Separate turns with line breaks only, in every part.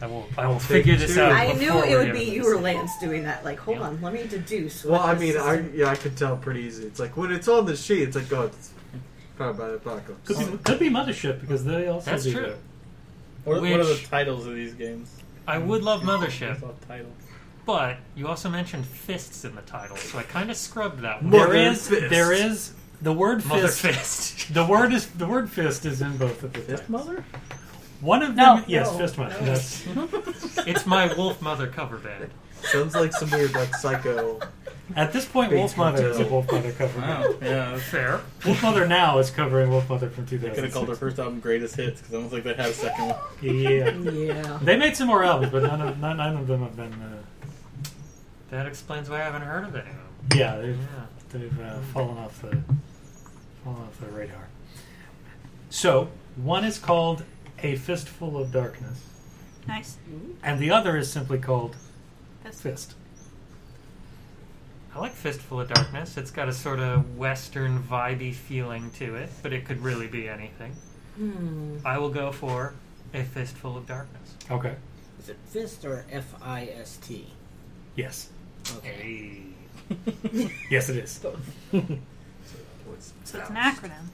I will. I will
Take
figure this
two.
out.
I knew
before
it
we're
would
given
be
this.
you or Lance doing that. Like, hold
Yeah.
on, let me deduce.
Well,
what
I
this
mean, I
system-
yeah, I could tell pretty easy. It's like when it's on the sheet, it's like, oh, it's probably by the apocalypse. Oh.
Could be, could be Mothership because they also
That's
do
true.
that.
What, what are the
Which-
titles of these games?
I would love
I
Mothership,
love titles.
but you also mentioned fists in the title, so I kind of scrubbed that one.
Mother
There is
fist.
there is the word
Mother
fist.
fist.
The word is the word fist is in both of the
Fifth
titles.
Mother?
One of
No.
them, yes,
No.
fist mother.
No. Mm-hmm.
Yes.
it's my Wolf Mother cover band.
Sounds like some weird like psycho.
At this point,
Big
Wolf Mother is a
detail.
Wolf Mother cover.
Wow. Yeah.
Fair.
Wolf Mother now is covering Wolf Mother from
They could have called their
2006.
first album Greatest Hits because I don't think they had a second one.
Yeah.
yeah.
They made some more albums, but none of none, none of them have been. Uh,
That explains why I haven't heard of it.
yeah, they've
Yeah.
they've uh, fallen off the fallen off the radar. So one is called a fistful of darkness,
Nice.
and the other is simply called
That's
fist.
I like Fistful of Darkness. It's got a sort of Western vibey feeling to it, but it could really be anything.
Hmm.
I will go for a Fistful of Darkness.
Okay.
Is it fist or F I S T?
Yes.
Okay.
Yes, it is.
So it's an acronym.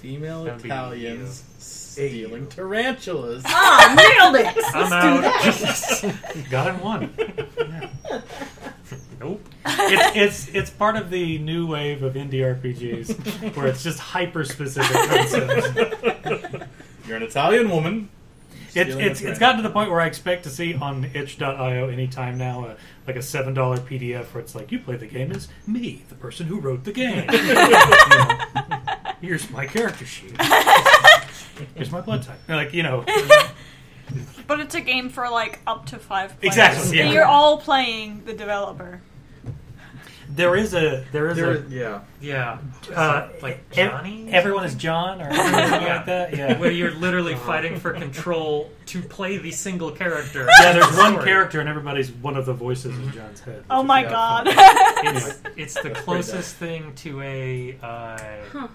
Female
That'd be
Italians
you.
stealing tarantulas.
Ah, nailed it. Let's
I'm
do
out.
that.
Got him one. Yeah.
Nope.
It's, it's it's part of the new wave of indie RPGs where it's just hyper specific concepts.
You're an Italian woman.
It's
Stealing
it's
a friend.
it's gotten to the point where I expect to see on itch.io anytime now a, like a seven dollar PDF where it's like you play the game as me, the person who wrote the game. You know, here's my character sheet. Here's my blood type. Like you know,
But it's a game for like up to five players.
Exactly, yeah.
You're all playing the developer.
there is a there is
There,
a
yeah,
Yeah.
uh,
Like
ev-
Johnny?
everyone is John or something
Yeah.
like that. Yeah.
Where you're literally fighting for control to play the single character.
yeah, there's one
Sorry.
character and everybody's one of the voices in John's head.
Oh
which
my
is-
god.
It's, it's the
That's pretty
closest thing to a uh,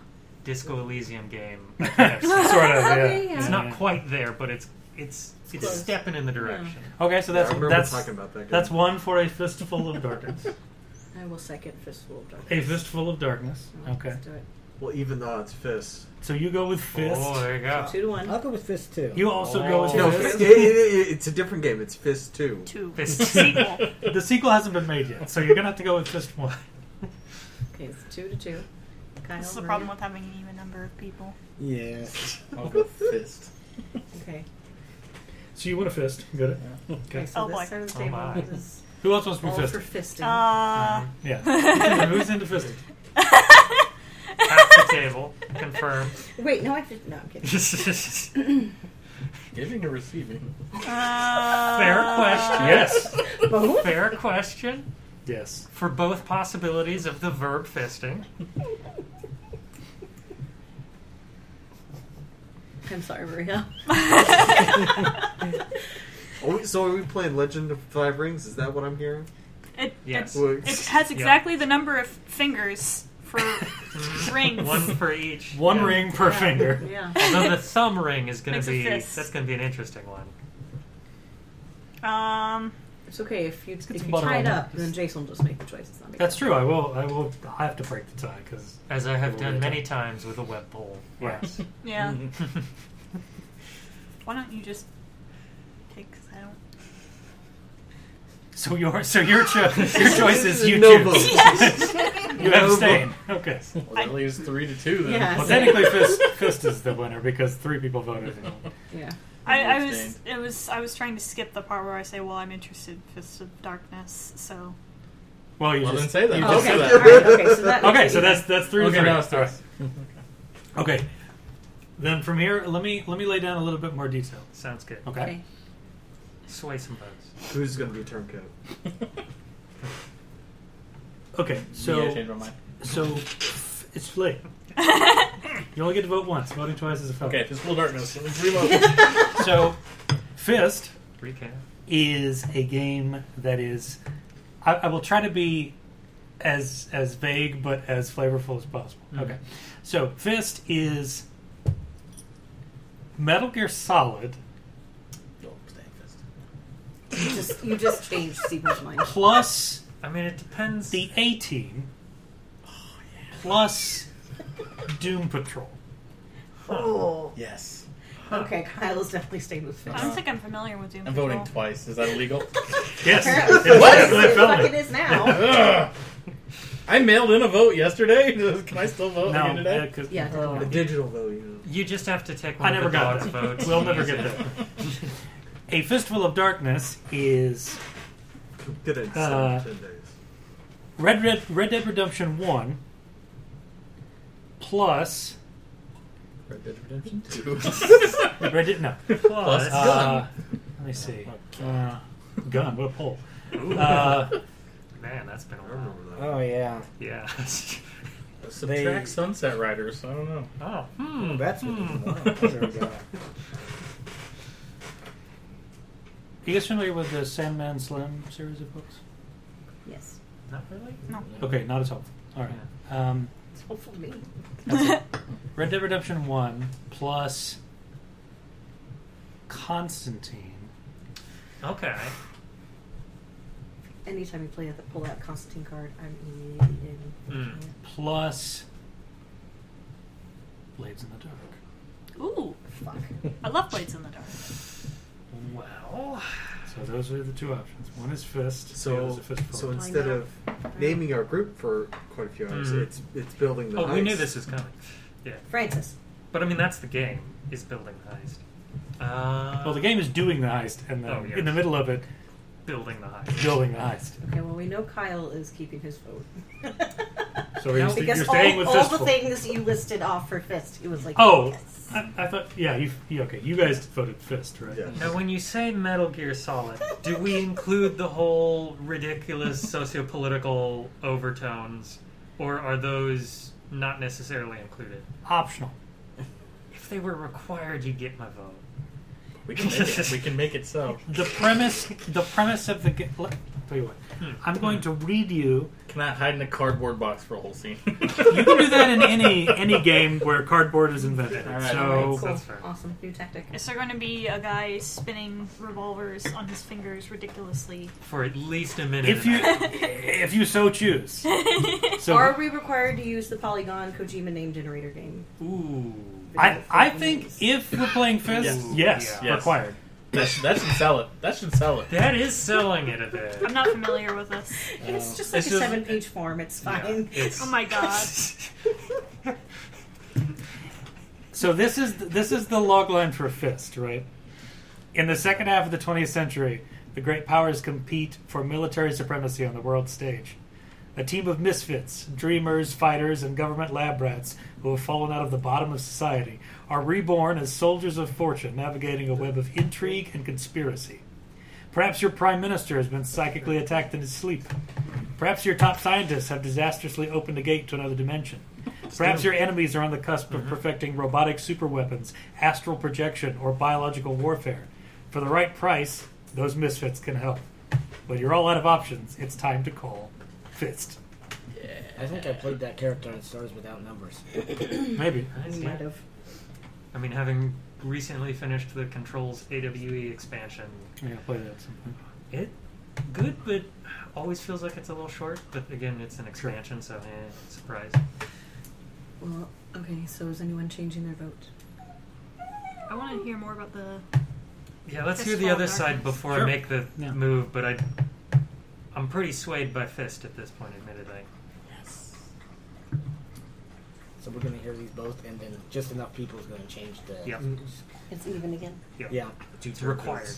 Disco Elysium game. I think I've seen.
Sort of, yeah.
Okay, yeah.
It's
Yeah.
not quite there, but it's it's it's
close.
stepping in the direction.
Okay, so
yeah, I
that's
remember
that's
talking about that.
that's one for a fistful of darkness.
I will second fistful of darkness.
A fistful of darkness. Okay.
Let's do it.
well, even though it's fists.
So you go with fist.
Oh, there you go.
Two to one.
I'll go with fist too.
You also go with
Oh.
No,
fist.
it, it, it, it's a different game. It's fist two.
Two.
Fist.
Sequel.
The sequel hasn't been made yet, so you're gonna have to go with fist one.
Okay, it's two to two. Kyle,
This is the
Maria.
problem with having an even number of people.
Yes.
I'll go fist.
Okay.
So you want a fist. Good. Okay.
Okay. So
Oh,
this
boy.
Thursday
Oh, my.
one is
Who else wants to be
all for fisting.
fisted?
Uh,
Yeah. Who's into fisting?
Half the table. Confirm.
Wait, no, I did. No, I'm kidding.
Fair
Giving or receiving?
uh,
question.
Yes.
Both?
Fair question
Yes.
for both possibilities of the verb fisting.
I'm sorry, Maria.
Um.
Oh, wait, so are we playing Legend of Five Rings? Is that what I'm hearing?
It,
Yes.
it's- it has exactly the number of fingers for rings.
One for each.
One
Yeah.
ring per finger.
Yeah.
Although the thumb ring is going
Makes
to be
a fist.
that's going to be an interesting one.
Um,
It's okay if you,
get
if
some
you
butter
tie
on
it
it.
up, then Jason will just make the choice. It's not me.
That's true. I will. I will have to break the tie because
As I have
We'll
done
get
many
it.
times with a web poll.
Yeah.
Yes.
yeah. Why don't you just take? 'cause I don't.
So your so your cho- your choice is you
No
choose.
vote.
You
No
abstain. Okay.
Well, that leaves three to two then.
Yeah.
Well, technically, fist fist is the winner because three people voted.
Yeah.
I, I was.
Abstained.
It was. I was trying to skip the part where I say, "Well, I'm interested, in Fists of Darkness." So
Well, you
Well,
just
then say that.
you
Oh,
just
okay.
say
All
that.
right, okay. So that
Okay,
makes it
so
even.
that's that's three.
Okay,
three.
now it's
All
three.
right. Okay. Then from here, let me let me lay down a little bit more detail.
Sounds good.
Okay.
okay.
Sway some votes.
Who's gonna be turncoat?
Okay.
Yeah, I
So
changed my mind.
so it's late. you only get to vote once. Voting twice is a foul.
Okay, Fistful of Darkness. Reload.
So, fist
Recap.
is a game that is. I, I will try to be as as vague but as flavorful as possible.
Mhm.
Okay. So fist is Metal Gear Solid.
Abstain fist.
just you just changed Stephen's mind.
plus
I mean, it depends.
the A team, plus Doom Patrol.
Oh.
Yes.
Okay, Kyle's definitely staying with Fist.
I don't think I'm familiar with Doom
I'm voting
Patrol.
twice. Is that illegal?
Yes,
Apparently,
it's
What?
definitely a
it
felony.
fucking is now.
Ugh. I mailed in a vote yesterday. Can I still vote again
No,
today?
uh, 'cause-
Yeah,
The
definitely.
digital value.
You just have to take one of
I never
the
got
dogs'
that.
votes.
uh, We'll
and
never
use
get
it.
that. A Fistful of Darkness is
Did it in
Uh,
seven, ten days.
Red, Red, Red Dead Redemption 1 plus.
Red Dead Redemption 2.
Red Dead, no.
Plus,
Plus-
Uh, let me see.
Oh,
Uh, gun, what a pull. Uh,
man, that's been a
I
while.
remember that.
Oh yeah,
Yeah.
Subtract Sunset Riders. I don't know.
oh,
Hmm,
hmm.
that's what
hmm.
there we go.
you guys familiar with the Sandman Slim series of books?
Yes.
Not really.
No.
Okay, not as helpful. All right. Um,
It's hopeful to me.
Red Dead Redemption 1 plus Constantine.
Okay.
Anytime you play that pull out Constantine card, I'm immediately in.
Hmm.
Mm.
plus Blades in the Dark.
Ooh,
Fuck.
I love Blades in the Dark.
Well,
So those are the two options. One is fist. the other is
So,
a fistful.
so
I
instead
know.
of naming our group for quite a few hours,
Mhm.
it's it's building the.
oh, we knew
heist.
this was coming. Yeah,
Francis.
but I mean, that's the game is building the heist. Uh,
well, the game is doing the heist, and then
Oh, yes.
in the middle of it,
building the heist.
building the heist.
Okay, well, we know Kyle is keeping his vote.
So you're, st-
because
you're staying
all,
with
all
fistful.
the things you listed off for Fist, he was like,
Oh,
yes.
I, I thought. Yeah, you, you okay? You guys voted fist, right?
Yeah.
Now, when you say Metal Gear Solid, do we include the whole ridiculous socio-political overtones, or are those not necessarily included?
Optional.
If they were required, you get my vote.
We can make it. We can make it so.
The premise. The premise of the game. Tell you what.
Hmm.
I'm going to read you.
Cannot hide in a cardboard box for a whole scene. you
You can do that in any any game where cardboard is invented.
All right.
So
cool.
That's fair.
Awesome. New tactic.
Is there going to be a guy spinning revolvers on his fingers ridiculously?
For at least a minute. and
if you
a half.
if you so choose. So
Are we required to use the Polygon Kojima name generator game?
Ooh.
I, I think if we're playing Fist,
Yes.
yes,
Yes.
required.
That, should- that should sell it. That should sell it.
That is selling it a bit.
I'm not familiar with this.
It's just like
It's
a
just-
seven page form. It's fine.
It's-
Oh my god.
So this is this is the log line for Fist, right? In the second half of the 20th century, the great powers compete for military supremacy on the world stage. A team of misfits, dreamers, fighters, and government lab rats who have fallen out of the bottom of society are reborn as soldiers of fortune navigating a web of intrigue and conspiracy. Perhaps your prime minister has been psychically attacked in his sleep. Perhaps your top scientists have disastrously opened a gate to another dimension. Perhaps your enemies are on the cusp of perfecting robotic superweapons, astral projection, or biological warfare. For the right price, those misfits can help. When you're all out of options, it's time to call Fist.
I think I played that character in Stars Without Numbers.
Maybe.
Nice,
We
yeah.
might have.
I mean, having recently finished the Controls AWE expansion,
I'm going to play that at some point.
it good, but always feels like it's a little short. But again, it's an expansion, so eh, surprise.
Well, okay, so is anyone changing their vote?
I want to hear more about the.
Yeah, let's
Fist
hear the
Full of
other side
Darkness.
before
Sure.
I make the
Yeah.
move. But I, I'm pretty swayed by Fist at this point, admittedly.
So we're gonna hear these both, and then just enough people is gonna change the.
Yeah.
It's even again.
Yeah,
Yeah.
it's required.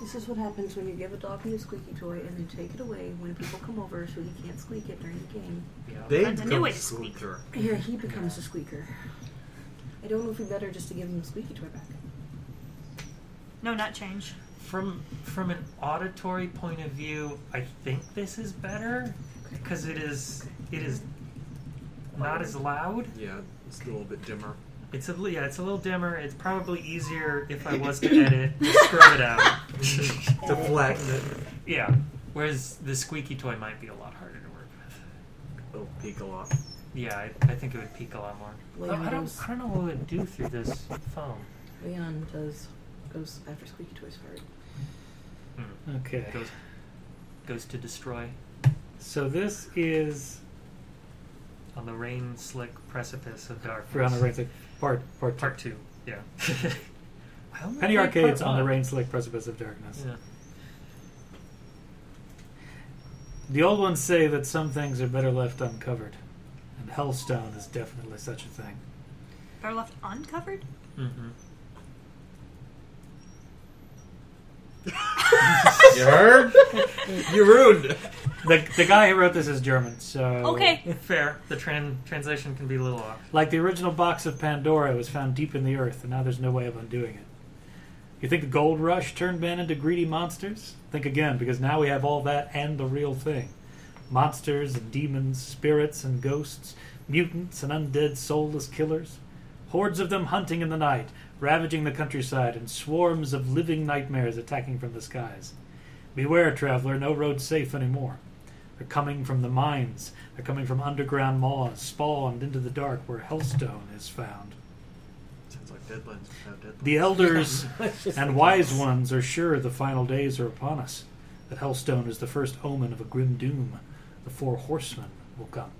This is what happens when you give a dog a new squeaky toy and then take it away when people come over so he can't squeak it during the game.
Yeah.
They
That's a new
become
way to
squeaker.
squeak.
Yeah, he becomes a squeaker. I don't know if we better just to give him the squeaky toy back.
No, not change.
From from an auditory point of view, I think this is better because it is it is not as loud.
Yeah, it's a little bit dimmer.
It's a yeah, it's a little dimmer. It's probably easier if I was to edit, just scrub it out.
To flatten it.
yeah. Whereas the squeaky toy might be a lot harder to work with.
It'll peak a lot.
Yeah, I, I think it would peak a lot more.
Leon,
Oh, I, I don't,
goes,
I don't know what it would do through this phone.
Leon does goes after Squeaky Toy's heart.
Okay.
Hmm. Goes, goes to destroy
So this is
on the rain slick precipice of darkness.
we're on the Rain Slick part part two.
Part two. Yeah. I only
Penny
played
Arcade's
part
on the
one.
Rain Slick Precipice of Darkness.
Yeah.
The old ones say that some things are better left uncovered, and Hellstone is definitely such a thing.
They're left uncovered?
Mm-hmm.
You heard?
You ruined it.
The, the guy who wrote this is German, so
Okay.
Fair. The tran- translation can be a little off.
Like the original box of Pandora was found deep in the earth, and now there's no way of undoing it. You think the gold rush turned men into greedy monsters? Think again, because now we have all that and the real thing monsters and demons, spirits and ghosts, mutants and undead soulless killers. Hordes of them hunting in the night, ravaging the countryside, and swarms of living nightmares attacking from the skies. Beware, traveler, no road safe anymore. They're coming from the mines. They're coming from underground maws, spawned into the dark where Hellstone is found.
Sounds like deadlines without deadlines.
The elders
It's just
and
like-
wise ones are sure the final days are upon us. That Hellstone is the first omen of a grim doom. The four horsemen will come.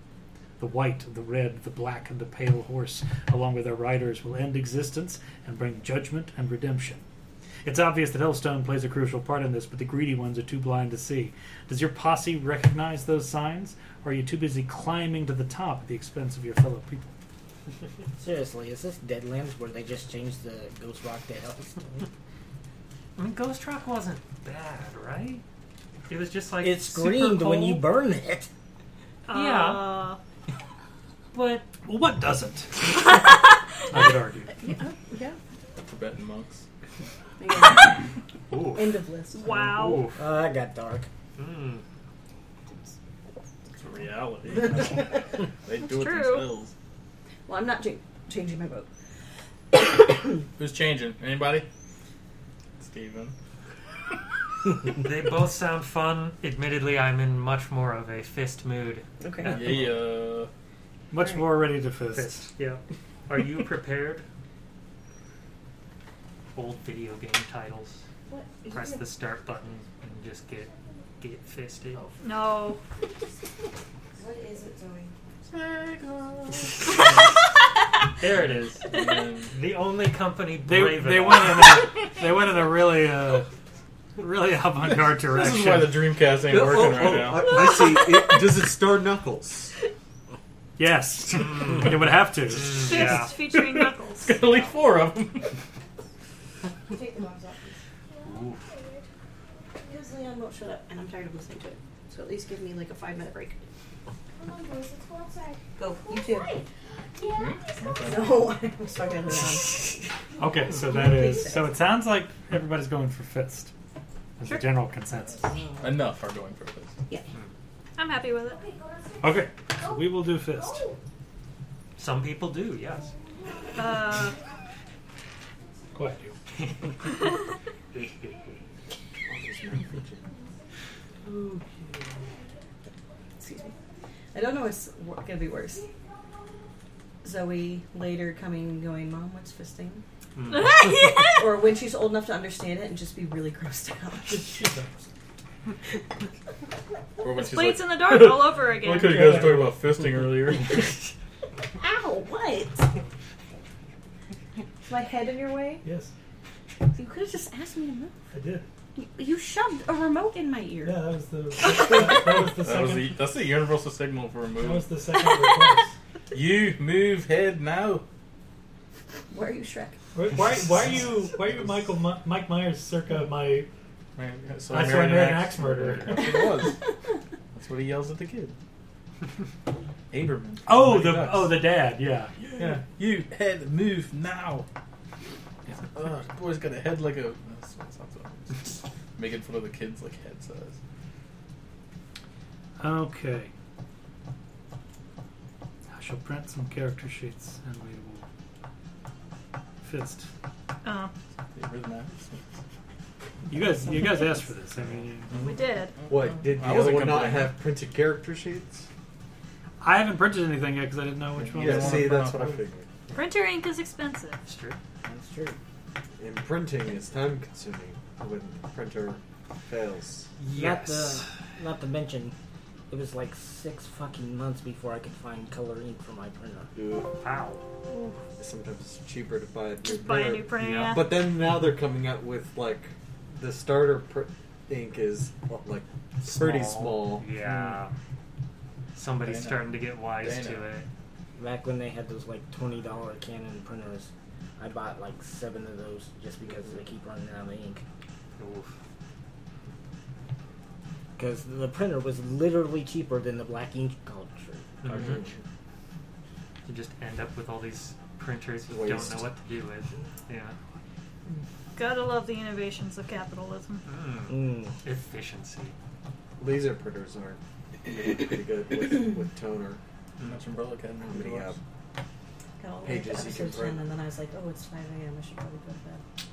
The white, the red, the black, and the pale horse, along with their riders, will end existence and bring judgment and redemption. It's obvious that Hellstone plays a crucial part in this, but the greedy ones are too blind to see. Does your posse recognize those signs, or are you too busy climbing to the top at the expense of your fellow people?
Seriously, is this Deadlands where they just changed the Ghost Rock to Hellstone?
I mean, Ghost Rock wasn't bad, right? It was just like
it
super
screamed when you
cold.
burn it.
Yeah.
Uh,
But
Well, what doesn't? I would argue.
Yeah.
Tibetan monks.
There you go.
Ooh.
End of list.
wow.
Ooh.
Oh, that got dark.
Mm.
It's reality. they
That's
do it
true.
themselves.
Well, I'm not cha- changing my vote.
Who's changing? Anybody? Steven.
they both sound fun. Admittedly, I'm in much more of a fist mood.
Okay.
Yeah.
Much more ready to fist.
Fist. Yeah. Are you prepared? Old video game titles.
What?
Press the start button and just get get fisted.
No.
What is it doing?
There it is.
And
The only company
They,
brave
they
enough.
went in a they went in a really uh, really avant garde
this
direction.
is why the Dreamcast ain't
Oh,
working
oh,
right
oh,
now.
I, I see. It, does it star Knuckles?
yes,
Mm.
it would have to.
Fist
Yeah.
featuring Knuckles.
It's gonna leave four of them.
Take the bombs off. Because Leon won't shut up, and I'm tired of listening to it. So at least give me like a five minute break.
Come on, boys, let's go outside.
Go. You too.
Yeah, let's go outside.
No, I'm stuck on Leon.
Okay, so that is so. It sounds like everybody's going for fist. As a general consensus.
Enough are going for this.
I'm happy with it.
Okay, go downstairs.
Okay, so we will do fist.
Go.
Some people do, yes.
Uh,
Quiet you.
Excuse me. I don't know what's wor- gonna be worse. Zoe later coming and going, Mom, what's fisting? or when she's old enough to understand it and just be really grossed out.
Or when she's
Blades
like,
in the dark all over again.
look at you guys talking about fisting earlier.
Ow, what? My head in your way?
yes,
You could have just asked me to move.
I did.
You, you shoved a remote in my ear.
Yeah, that was the that was the
That was
second
the, that's the universal signal for a
that was
move.
the second request.
You move head now.
Where are you, Shrek?
Why, why why are you why are you Michael Mi- Mike Myers circa my
Man, so
That's
Marion
why Marion
Axe
Axe murderer.
That's what it was. That's what he yells at the kid. Aberman.
Oh
Mighty Ducks.
the oh the dad yeah.
yeah. You head move now. Ugh, the boy's got a head like a. That's what it sounds like. Making fun of the kids like head size.
Okay. I shall print some character sheets and we will fist.
Oh,
The rhythm axe.
You guys, you guys asked for this. I mean,
we did.
What did the
I
other
wasn't
one not
complaining.
have printed character sheets?
I haven't printed anything yet because I didn't know which one.
Yeah,
was.
see, that's what I figured.
Printer ink is expensive.
That's true.
That's true.
And printing is time consuming when the printer fails.
Yes.
Not to, not to mention, it was like six fucking months before I could find color ink for my printer.
Wow.
Sometimes it's cheaper to buy a new
Just buy a new printer.
Yeah.
Yeah.
But then now they're coming out with like the starter pr- ink is like pretty small.
Yeah. Somebody's
Dana.
starting to get wise
Dana.
to it.
Back when they had those like twenty dollar Canon printers, I bought like seven of those just because they keep running out of ink.
Oof.
Because the printer was literally cheaper than the black ink culture.
Mhm. You just end up with all these printers you
Waste.
don't know what to do with. Yeah.
Gotta love the innovations of capitalism.
Mm.
Mm.
Efficiency.
Laser printers are pretty good with, with toner.
Much umbrella academy.
How many uh,
doors.
Got all the way
Pages
to
you can
episode 10,
print.
and then I was like, oh, it's 5 a.m. I should probably go to bed.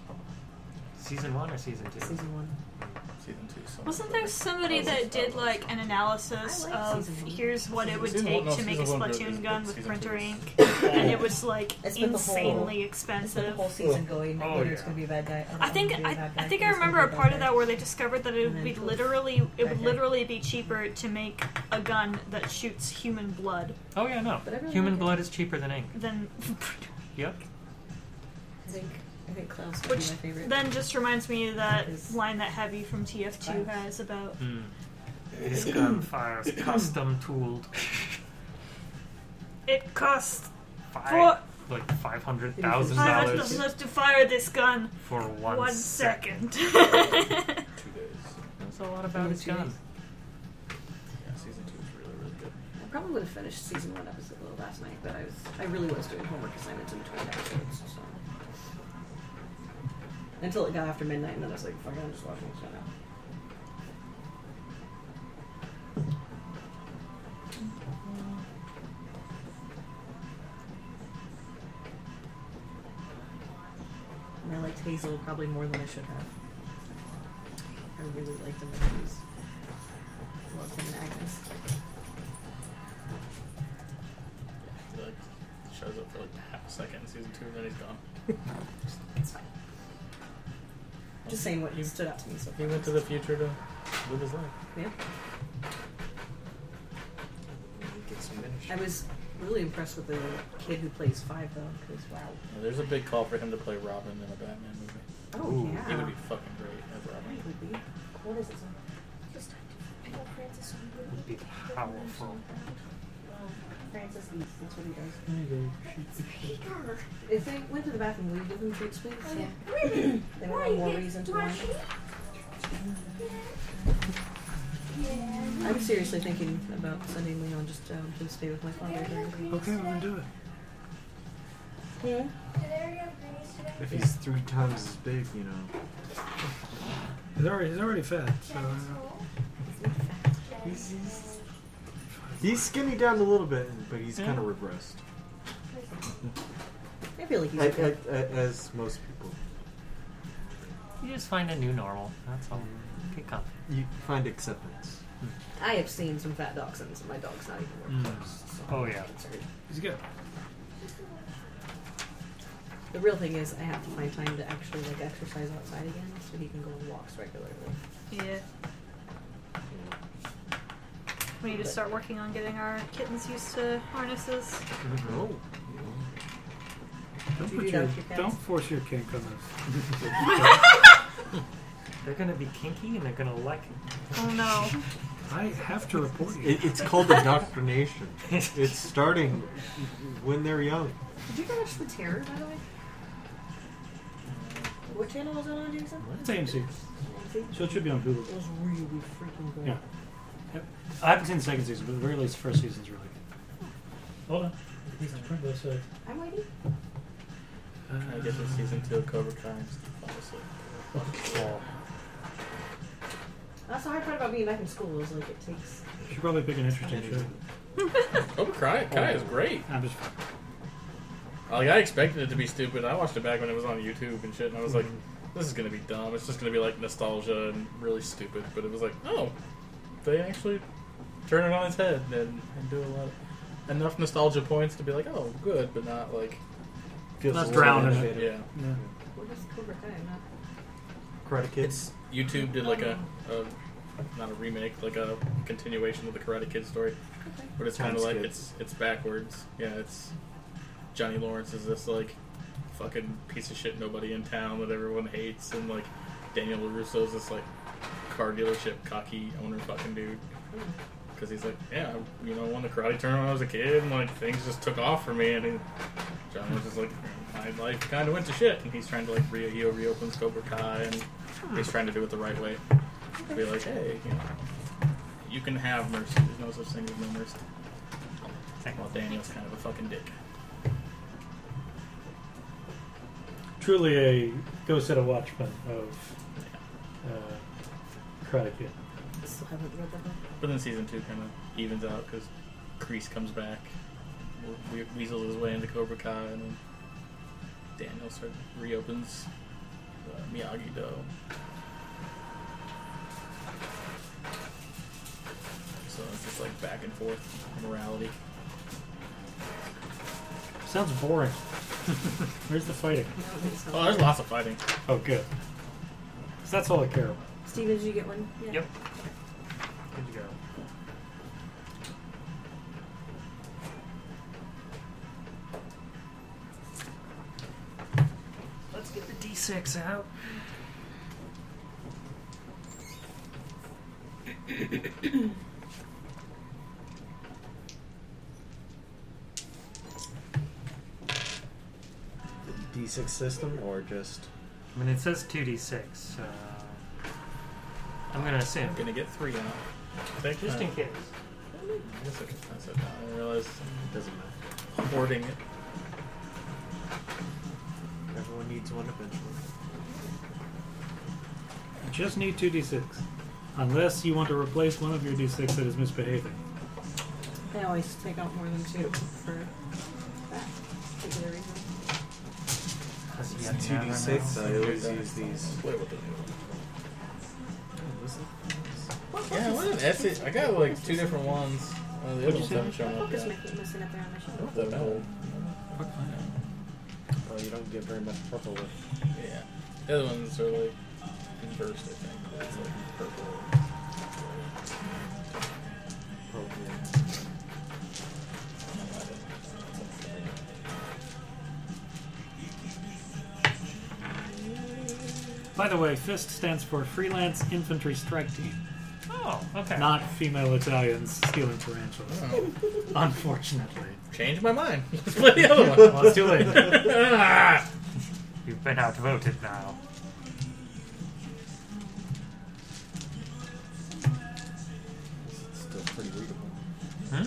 Season one or season two?
Season 1.
Season two. so-
Wasn't there somebody that did like an analysis
I like
of
season one.
here's what it would
Season
take
one- no,
to make a
season one goes-
Splatoon
but
gun with
season two
printer
is-
ink, and it was like
It's been the whole-
insanely
I spent the
expensive.
whole season going,
Oh,
oh,
yeah.
it's going to be a bad guy. don't
I think
wanna be a
I,
bad guy.
I think I
It's gonna be
remember a
bad
part
guy.
of that where they discovered that
And
it would
then
be
poof.
literally it would
Okay.
literally be cheaper to make a gun that shoots human blood
Oh yeah, no.
But I really
Human
like it.
blood is cheaper than ink.
than
Yep.
I think, I think Klaus would be my
which
favorite.
then just reminds me of that
Is-
line that Heavy from TF2
Class.
has about
Mm. This gunfire is custom tooled.
it costs
Five,
four
like five hundred thousand
five hundred
dollars
dollars to fire this gun.
for one,
One
sec.
second.
Two days.
That's a lot about his
Two days.
gun.
Yeah, season two is really, really good.
I probably would have finished season one episode last night, but I was I really was doing homework assignments in between episodes. So. Until it got after midnight, and then I was like, "Fuck, it, I'm just watching this now." And I liked Hazel probably more than I should have. I really liked him. when he was- Loved him and Agnes.
He like shows up for like half a second in season two, and then he's gone.
It's fine. Just saying what stood out to me so far.
He went to the future to live his life.
Yeah.
it gets
I
diminished.
was really impressed with the kid who plays Five, though, because wow.
Yeah, there's a big call for him to play Robin in a Batman movie.
Oh,
Ooh.
yeah.
He would be
Ah.
fucking great as Robin.
He would be. What is it?
Just I got Francis on board.
Would be powerful.
Francis Leaf. That's what he does.
Peter,
Mm-hmm. If they went to the bathroom, would you give them treats, please? Oh, Yeah.
really?
They would
Why
have
you
more
get
reason to
my
want it.
sheep? Yeah.
I was seriously thinking about sending Leon just um, to stay with my father. during the-
Okay, we're gonna do it.
If he's three times as big, you know,
He's already he's already fed. So uh,
he's, he's, he's skinny down a little bit, but he's kind of
Hmm?
regressed,
I feel like he's
I,
okay.
I, I, as most people.
You just find a new normal. That's all. Get comfy.
You find acceptance.
I have seen some fat dachshunds, and my dog's not
Mm.
even worth close.
Oh, yeah.
he's good.
The real thing is, I have to find time to actually like exercise outside again, so he can go on walks regularly.
yeah. We need to start working on getting our kittens used to harnesses.
Oh,
Don't
you
put
do
your
that with your cats?
don't force your kink on us.
They're gonna be kinky and they're gonna like
Oh no.
I have to report you.
it, it's called indoctrination.
it.
It's starting when they're young.
Did you watch The Terror, by the way? What channel was that on, Jason?
It's AMC,
AMC?
so it should be on Hulu.
It was really freaking good.
Yeah. Yep. I haven't seen the second season, but at the very least, the first season's really
Hold on. He's turned this way.
I'm waiting.
good.
I get to season two of Cobra Kai and just fall asleep.
Oh.
That's the hard part about being back in school is like it takes.
should probably pick an interesting show.
Cobra Kai, Kai is great.
I'm just
Like I expected it to be stupid. I watched it back when it was on YouTube and shit, and I was like, "This is gonna be dumb. It's just gonna be like nostalgia and really "Oh, stupid." But it was like, "No, they actually turn it on its head and, and do a lot." Of, enough nostalgia points to be like, oh, good, but not like
Feels
Not
a little
drown in
innovative.
it.
yeah.
Yeah.
We're just Cobra Kai, not.
Karate Kid.
It's YouTube did like a, a not a remake, like a continuation of the Karate Kid story, but it's kind of
Sounds
like
good.
it's it's backwards. Yeah, it's Johnny Lawrence is this like fucking piece of shit nobody in town that everyone hates, and like Daniel Larusso is this like car dealership cocky owner fucking dude. Because he's like, yeah, I, you know, won the karate tournament when I was a kid, and like things just took off for me. And he, John was just like, my life kind of went to shit. And he's trying to like re- he reopens Cobra Kai, and he's trying to do it the right way. Be like, hey, you know, you can have mercy. There's no such thing as no mercy. Well, Daniel's kind of a fucking dick.
Truly a go set a watchman of uh, Karate Kid.
I still haven't read that book.
But then season two kind of evens out because Crease comes back, we- we- weasels his way into Cobra Kai, and then Daniel sort of reopens uh, Miyagi Do. So it's just like back and forth morality.
Sounds boring. Where's the fighting?
I don't think so.
Oh, there's lots of fighting.
Oh, good. 'Cause that's all I care about.
Steven, did you get one? Yeah.
Yep. Good to go. Let's get the D6 out.
D6 system or just
I mean, it says 2d6, so I'm gonna assume.
I'm gonna get three now. Take
Just in
time.
case.
I guess I can pass it down. I didn't realize
it doesn't matter.
I'm hoarding it.
Everyone needs one eventually.
You just need two d6, unless you want to replace one of your d6 that is misbehaving.
I always take out more than two for that particular reason.
Plus you
It's
got another
2d6.
now.
I always use these.
Play with it.
What book
Yeah,
is-
what an essay. I got like two different ones. Uh, the other ones haven't shown
What
up
book is
yet.
making missing up there on my shelf?
The old-
Oh, you don't get very much purple with.
Yeah. The other ones are like inversed, I think. It's like purple.
Purple.
By the way, FIST stands for Freelance Infantry Strike Team,
Oh, okay.
not female Italians stealing tarantulas.
Oh.
Unfortunately.
Change my mind. Let's play the other one. Oh,
Well, it's too late.
Ah!
You've been outvoted now.
It's still pretty readable.
Hmm?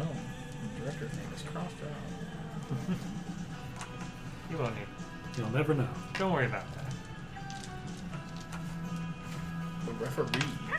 Oh, the director's name is crossed out.
You won't need.
You'll never know.
Don't worry about that.
The referee.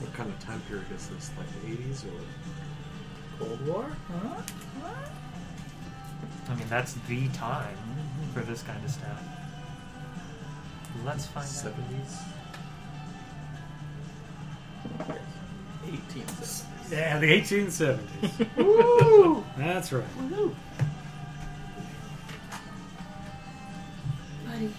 What time period is this? Like the 80s or
Cold War?
Huh?
I mean, that's the time for this kind of stuff. Let's find out.
70s?
18th.
Yeah, the 1870s.
Woo!
That's right.
Buddy.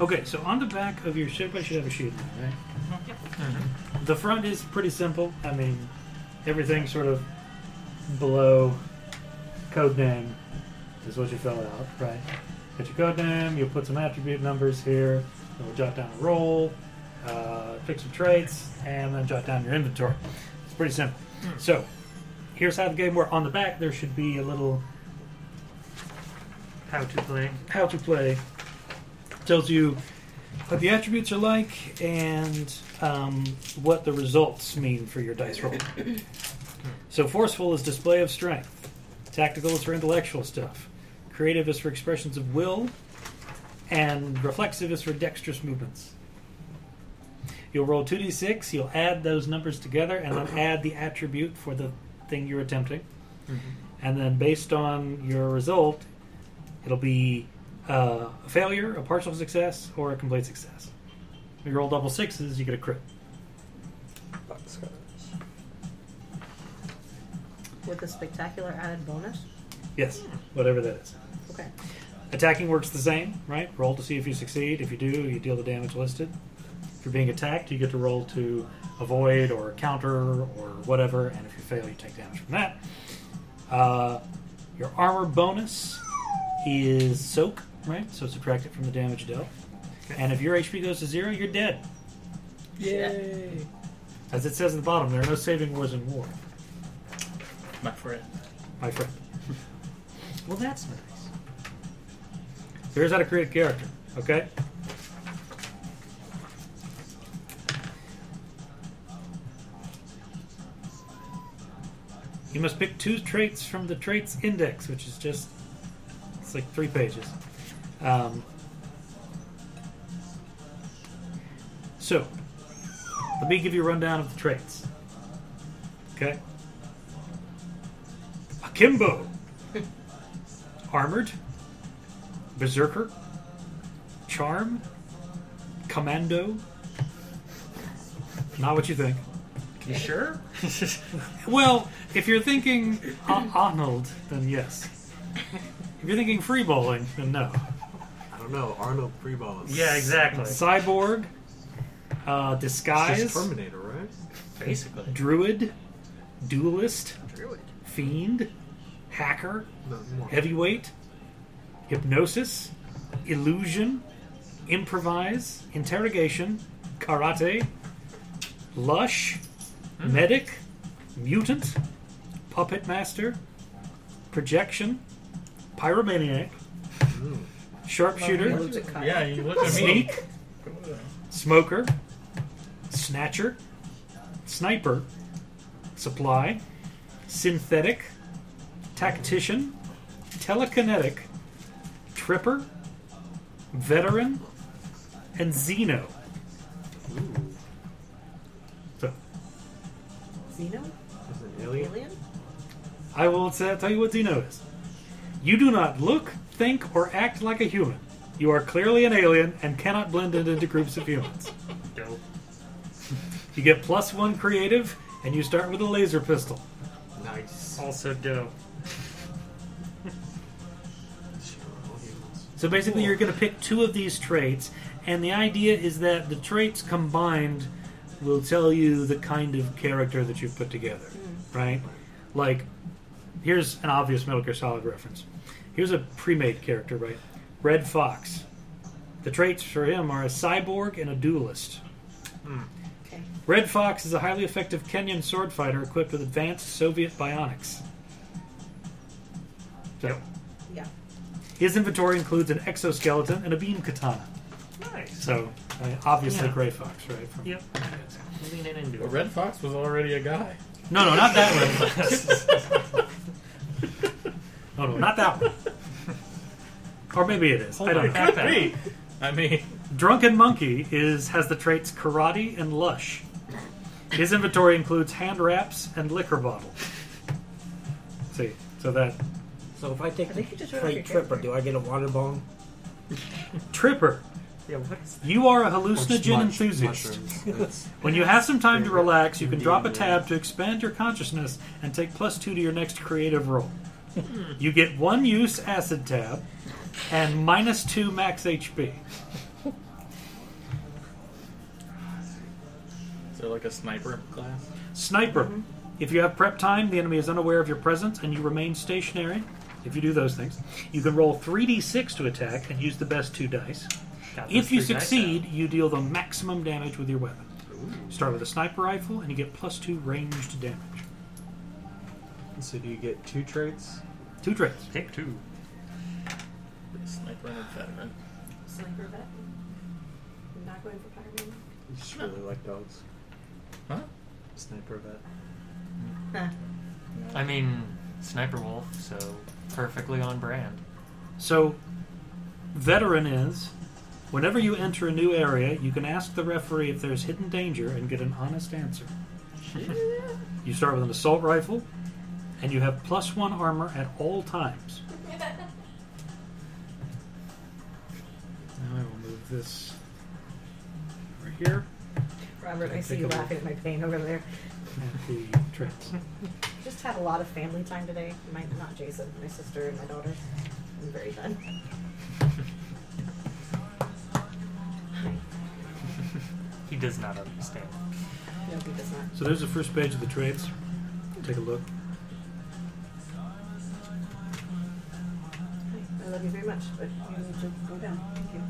Okay, so on the back of your ship, I should have a shield now, right?
Yep.
Mm-hmm.
The front is pretty simple. I mean, everything sort of below code name is what you fill out, right? Get your code name, you'll put some attribute numbers here, then we'll jot down a role, uh, pick some traits, and then jot down your inventory. It's pretty simple.
Hmm.
So, here's how the game works. On the back, there should be a little
How to play.
how to play tells you what the attributes are like and um, what the results mean for your dice roll. so forceful is display of strength, tactical is for intellectual stuff, creative is for expressions of will, and reflexive is for dexterous movements. You'll roll 2d6, you'll add those numbers together, and then add the attribute for the thing you're attempting. And then, based on your result, It'll be uh, a failure, a partial success, or a complete success. If you roll double sixes, you get a crit.
Boxcars.
With a spectacular added bonus.
Yes, whatever that is.
Okay.
Attacking works the same, right? Roll to see if you succeed. If you do, you deal the damage listed. If you're being attacked, you get to roll to avoid or counter or whatever, and if you fail, you take damage from that. Uh, your armor bonus is soak, right? So subtract it from the damage dealt. And if your HP goes to zero, you're dead.
Yay!
As it says at the bottom, there are no saving wars in war,
My friend.
my friend.
Well, that's nice.
So here's how to create a character, okay? You must pick two traits from the traits index, which is just it's like three pages. Um, so let me give you a rundown of the traits. Okay. Akimbo. Armored. Berserker, Charm, Commando. Not what you think.
You sure?
Well, if you're thinking O- Arnold, then yes. If you're thinking free bowling, then no.
I don't know. Arnold Freeball is
yeah, exactly.
Cyborg, uh,
it's
Disguise,
just Terminator, right?
Basically.
Druid, Duelist, Fiend, Hacker,
No, more.
Heavyweight, Hypnosis, Illusion, Improvise, Interrogation, Karate, Lush, Medic, Mutant, Puppet Master, Projection, Pyromaniac,
Mm.
Sharpshooter,
Loads of cock.
Yeah, you look at me.
Sneak, Smoker, Snatcher, Sniper, Supply, Synthetic, Tactician, Telekinetic, Tripper, Veteran, and Xeno.
Ooh.
So
Xeno?
Is it an alien?
Alien?
I will t- tell you what Xeno is. You do not look, think, or act like a human. You are clearly an alien and cannot blend in into groups of humans.
Dope.
You get plus one creative, and you start with a laser pistol.
Nice.
Also dope.
Sure, all humans.
So basically, you're going to pick two of these traits, and the idea is that the traits combined will tell you the kind of character that you've put together, right? Like, here's an obvious Metal Gear Solid reference. Here's a pre-made character, right? Red Fox. The traits for him are a cyborg and a duelist.
Okay.
Red Fox is a highly effective Kenyan sword fighter equipped with advanced Soviet bionics. So,
Yeah.
his inventory includes an exoskeleton and a beam katana.
Nice.
So I mean, obviously,
Yeah.
Gray Fox, right? From-
Yep. Leaning into
But
it.
Red Fox was already a guy.
No, no, not that one. no, no, not that one. Or maybe it is.
Hold
I
on.
don't know.
Back that
Me. I mean,
Drunken Monkey is has the traits karate and lush. His inventory includes hand wraps and liquor bottles. See, so that
So if I take
I
the
think you just wrote off your
trait tripper,
character.
do I get a water bomb?
Tripper,
Yeah, what is
you are a
Or
hallucinogen
mush-
enthusiast.
mushrooms. It's-
When you have some time to
Favorite
relax, you can drop a
Indian
tab to expand your consciousness and take plus two to your next creative roll. You get one use acid tab and minus two max HP.
is there like a sniper class?
Sniper. If you have prep time, the enemy is unaware of your presence and you remain stationary. If you do those things, you can roll 3d6 to attack and use the best two dice.
Got those
If you
three dice
succeed, you deal the maximum damage with your weapon. Start with a sniper rifle and you get plus two ranged damage.
So do you get two traits?
Two traits.
out. Pick two.
Sniper and a veteran.
Sniper vet. I'm not going for fireman.
You just really like dogs.
Huh?
Sniper vet.
Nah.
I mean, Sniper Wolf, so perfectly on brand.
So, veteran is whenever you enter a new area, you can ask the referee if there's hidden danger and get an honest answer. you start with an assault rifle, and you have plus one armor at all times. Now I will move this right here
Robert, I
Take
see
a
you
look.
laughing at my pain over there.
at the traits.
Just had a lot of family time today. My not Jason, my sister and my daughter. I'm very done.
He does not understand.
No, he does not.
So there's the first page of the traits. Take a look.
I love you very much, but you need to go down. Thank you.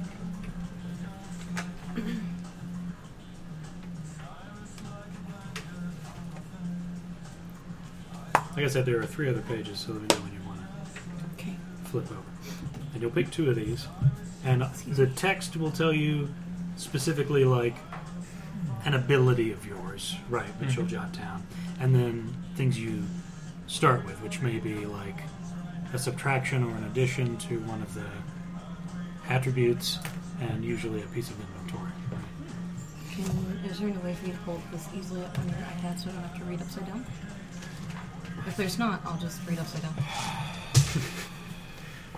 Like I said, there are three other pages, so let me know when you want to
Okay.
flip over. And you'll pick two of these, and the text will tell you specifically like an ability of yours, right, which you'll jot down. And then things you start with, which may be like a subtraction or an addition to one of the attributes, and usually a piece of inventory.
Can, is there any way for you to hold this easily up on your iPad so I don't have to read upside down? If there's not, I'll just read upside down.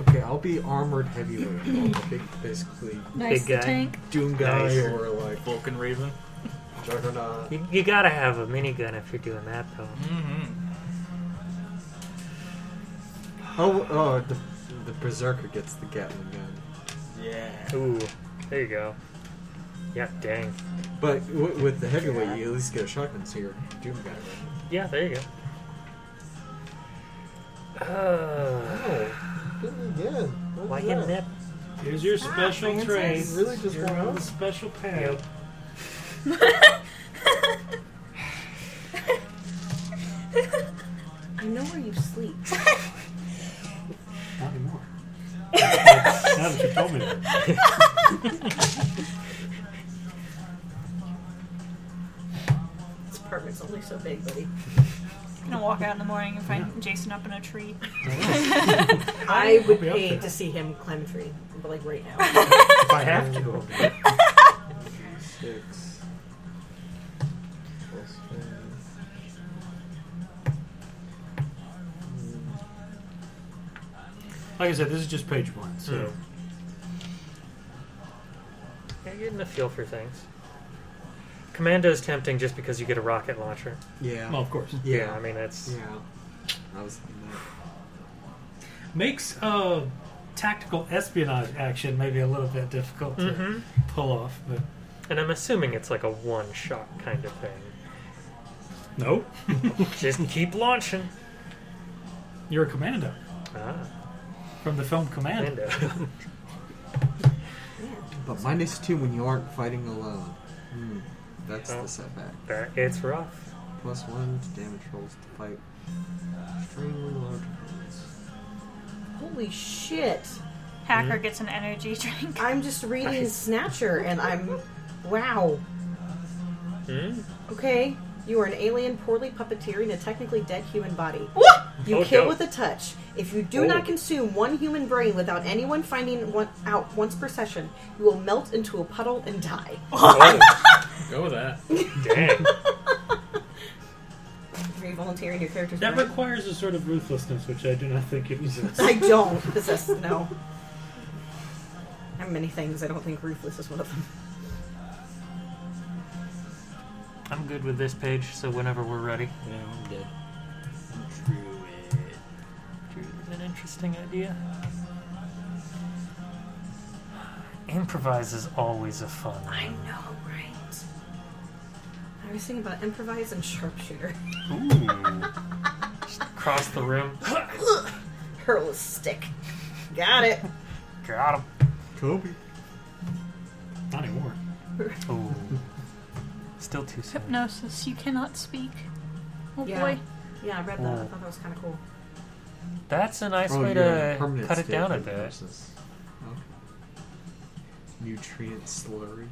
Okay, I'll be armored heavyweight. I'll be basically
Nice Big guy. tank.
Doom guy
Nice.
or like
Vulcan Raven.
Juggernaut.
You, you gotta have a minigun if you're doing that, though.
Mm-hmm.
Oh, oh, the the berserker gets the Gatling gun.
Yeah.
Ooh, there you go. Yeah, dang.
But w- with the heavyweight, you at least get a shotgun, so you're Doom guy. Right?
Yeah, there you go. Uh,
Good.
why you nip?
Here's your special trait.
Really just You're want on
the
the
special pad.
Yep.
I know where you sleep.
Not anymore. now that you told me that.
This apartment's only so big, buddy.
I'm gonna walk out in the morning and find Jason up in a tree.
I would
be up
pay
there.
to see him climb a tree, but like right now.
If I have to, I'll do it.
Six. Plus five. Mm,
Like I said, this is just page one, so.
Hmm. You're getting a feel for things. Commando is tempting just because you get a rocket launcher.
Yeah.
Well, of course.
Yeah, I
yeah.
mean that's
Yeah. I was. thinking that.
Makes uh, tactical espionage action maybe a little bit difficult to
Mm-hmm.
Mhm.
pull off, but.
And I'm assuming it's like a one shot kind of thing.
No.
Just keep launching.
You're a commando
Ah,
from the film Commando.
Commando.
But minus two when you aren't fighting alone. Hmm, that's
Oh.
the setback.
That- it's rough.
Plus one to damage rolls to fight. Extremely large opponents.
Holy shit.
Hacker gets an energy drink.
I'm just reading Snatcher and I'm. Wow.
Hmm?
Okay. You are an alien poorly puppeteering a technically dead human body.
What?
You
Oh,
kill
no.
with a touch. If you do
Oh.
not consume one human brain without anyone finding one out once per session, you will melt into a puddle and die.
Go with that.
Dang.
Are you volunteering your character's
That
brain?
requires a sort of ruthlessness, which I do not think it exists.
I don't. This is no. I have many things. I don't think ruthless is one of them.
I'm good with this page, so whenever we're ready.
Yeah, I'm good.
Druid. Druid, an interesting idea. Improvise is always a fun.
I know, right? I was thinking about improvise and sharpshooter.
Ooh. Just across the room.
Hurl a stick. Got it.
Got him.
Kobe.
Not anymore.
Ooh. Still too soon.
Hypnosis. You cannot speak. Oh
Yeah.
boy.
Yeah, I read that. I
Oh.
thought that was kind of cool.
That's a nice
Oh,
way
you're in
to
a permanent
cut it
state
down a
of
bit.
hypnosis. Okay. Nutrient slurry.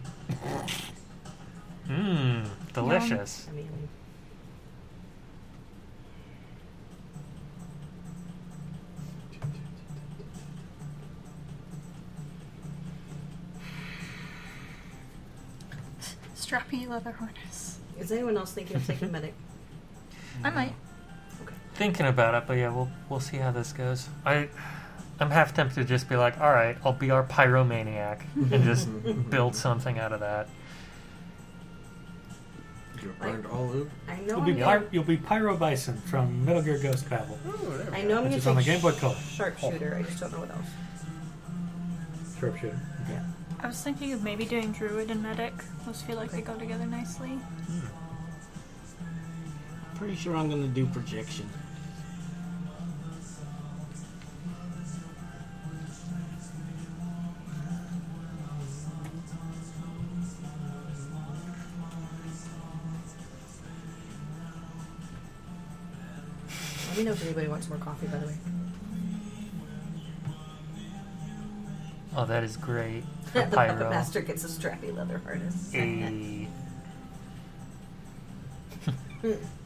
Mmm, delicious.
I mean,
Strappy leather harness.
is anyone else thinking of taking medic?
I might.
Thinking about it, but yeah, we'll we'll see how this goes. I I'm half tempted to just be like, all right, I'll be our pyromaniac and just build something out of that.
You're burned all over.
I know. Oh.
You'll
I'm
be,
gonna-
Pyro you'll be Pyro Bison from Metal Gear Ghost Babel.
I know I'm going
Which is
to
on the Game Boy Color.
sharpshooter. I just don't know what else.
Sharpshooter.
I was thinking of maybe doing druid and medic. Those feel like they go together nicely.
Pretty sure I'm gonna do projection.
Let me know if anybody wants more coffee, by the way.
Oh, that is great.
the
For
puppet
pyro.
master gets a strappy leather harness.
A...
Hmm.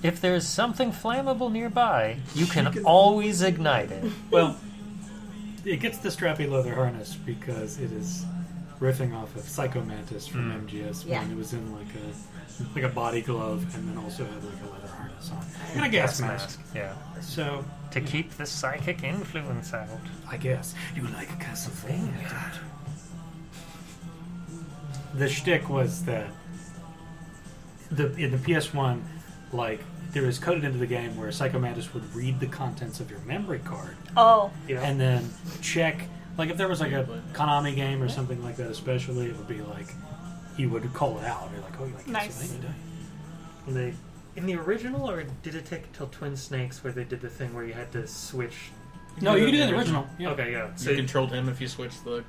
if there's something flammable nearby, you can, always ignite it.
Well, it gets the strappy leather harness because it is riffing off of Psycho Mantis from
Mm.
MGS
Yeah.
when it was in like a like a body glove and then also had like a leather harness on and a gas mask.
Yeah.
So
To keep the psychic influence out.
I guess you like Castlevania. don't you? The shtick was that the in the PS1, like there is coded into the game where Psycho Mantis would read the contents of your memory card
Oh.
and then check. Like if there was like a Konami game or something like that, especially, it would be like he would call it out. You're like, oh, you like
Nice.
Castlevania? don't you?"
They, in the original, or did it take until Twin Snakes where they did the thing where you had to switch?
No, you can do that in the original. Yeah.
Okay, yeah. So
So you controlled him if you switched the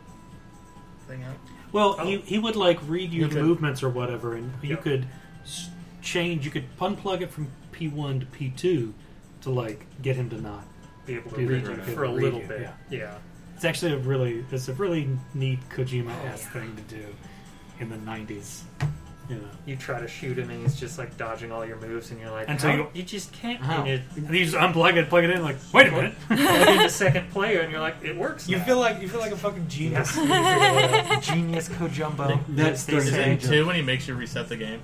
thing out.
Well, he, he would like read your
Oh. You could-
movements or whatever, and
Yeah.
you could s- change. You could unplug it from P one to P two to like get him to not.
be able to
Be
read
able
you
to
for a
read
little
you,
bit.
yeah.
Yeah.
It's actually a really it's a really neat Kojima esque
Oh,
thing to do in the nineties. You know,
You try to shoot him and he's just like dodging all your moves, and you're like,
And so
"How-
you-
just can't.
How?
And it,
and you just unplug it, plug it in. Like, wait a minute.
I did the second player, and you're like, it works.
You
now."
feel like you feel like a fucking genius.
Yes. Yeah. genius Kojumbo.
That's
they
the
Is
say.
it two when he makes you reset the game?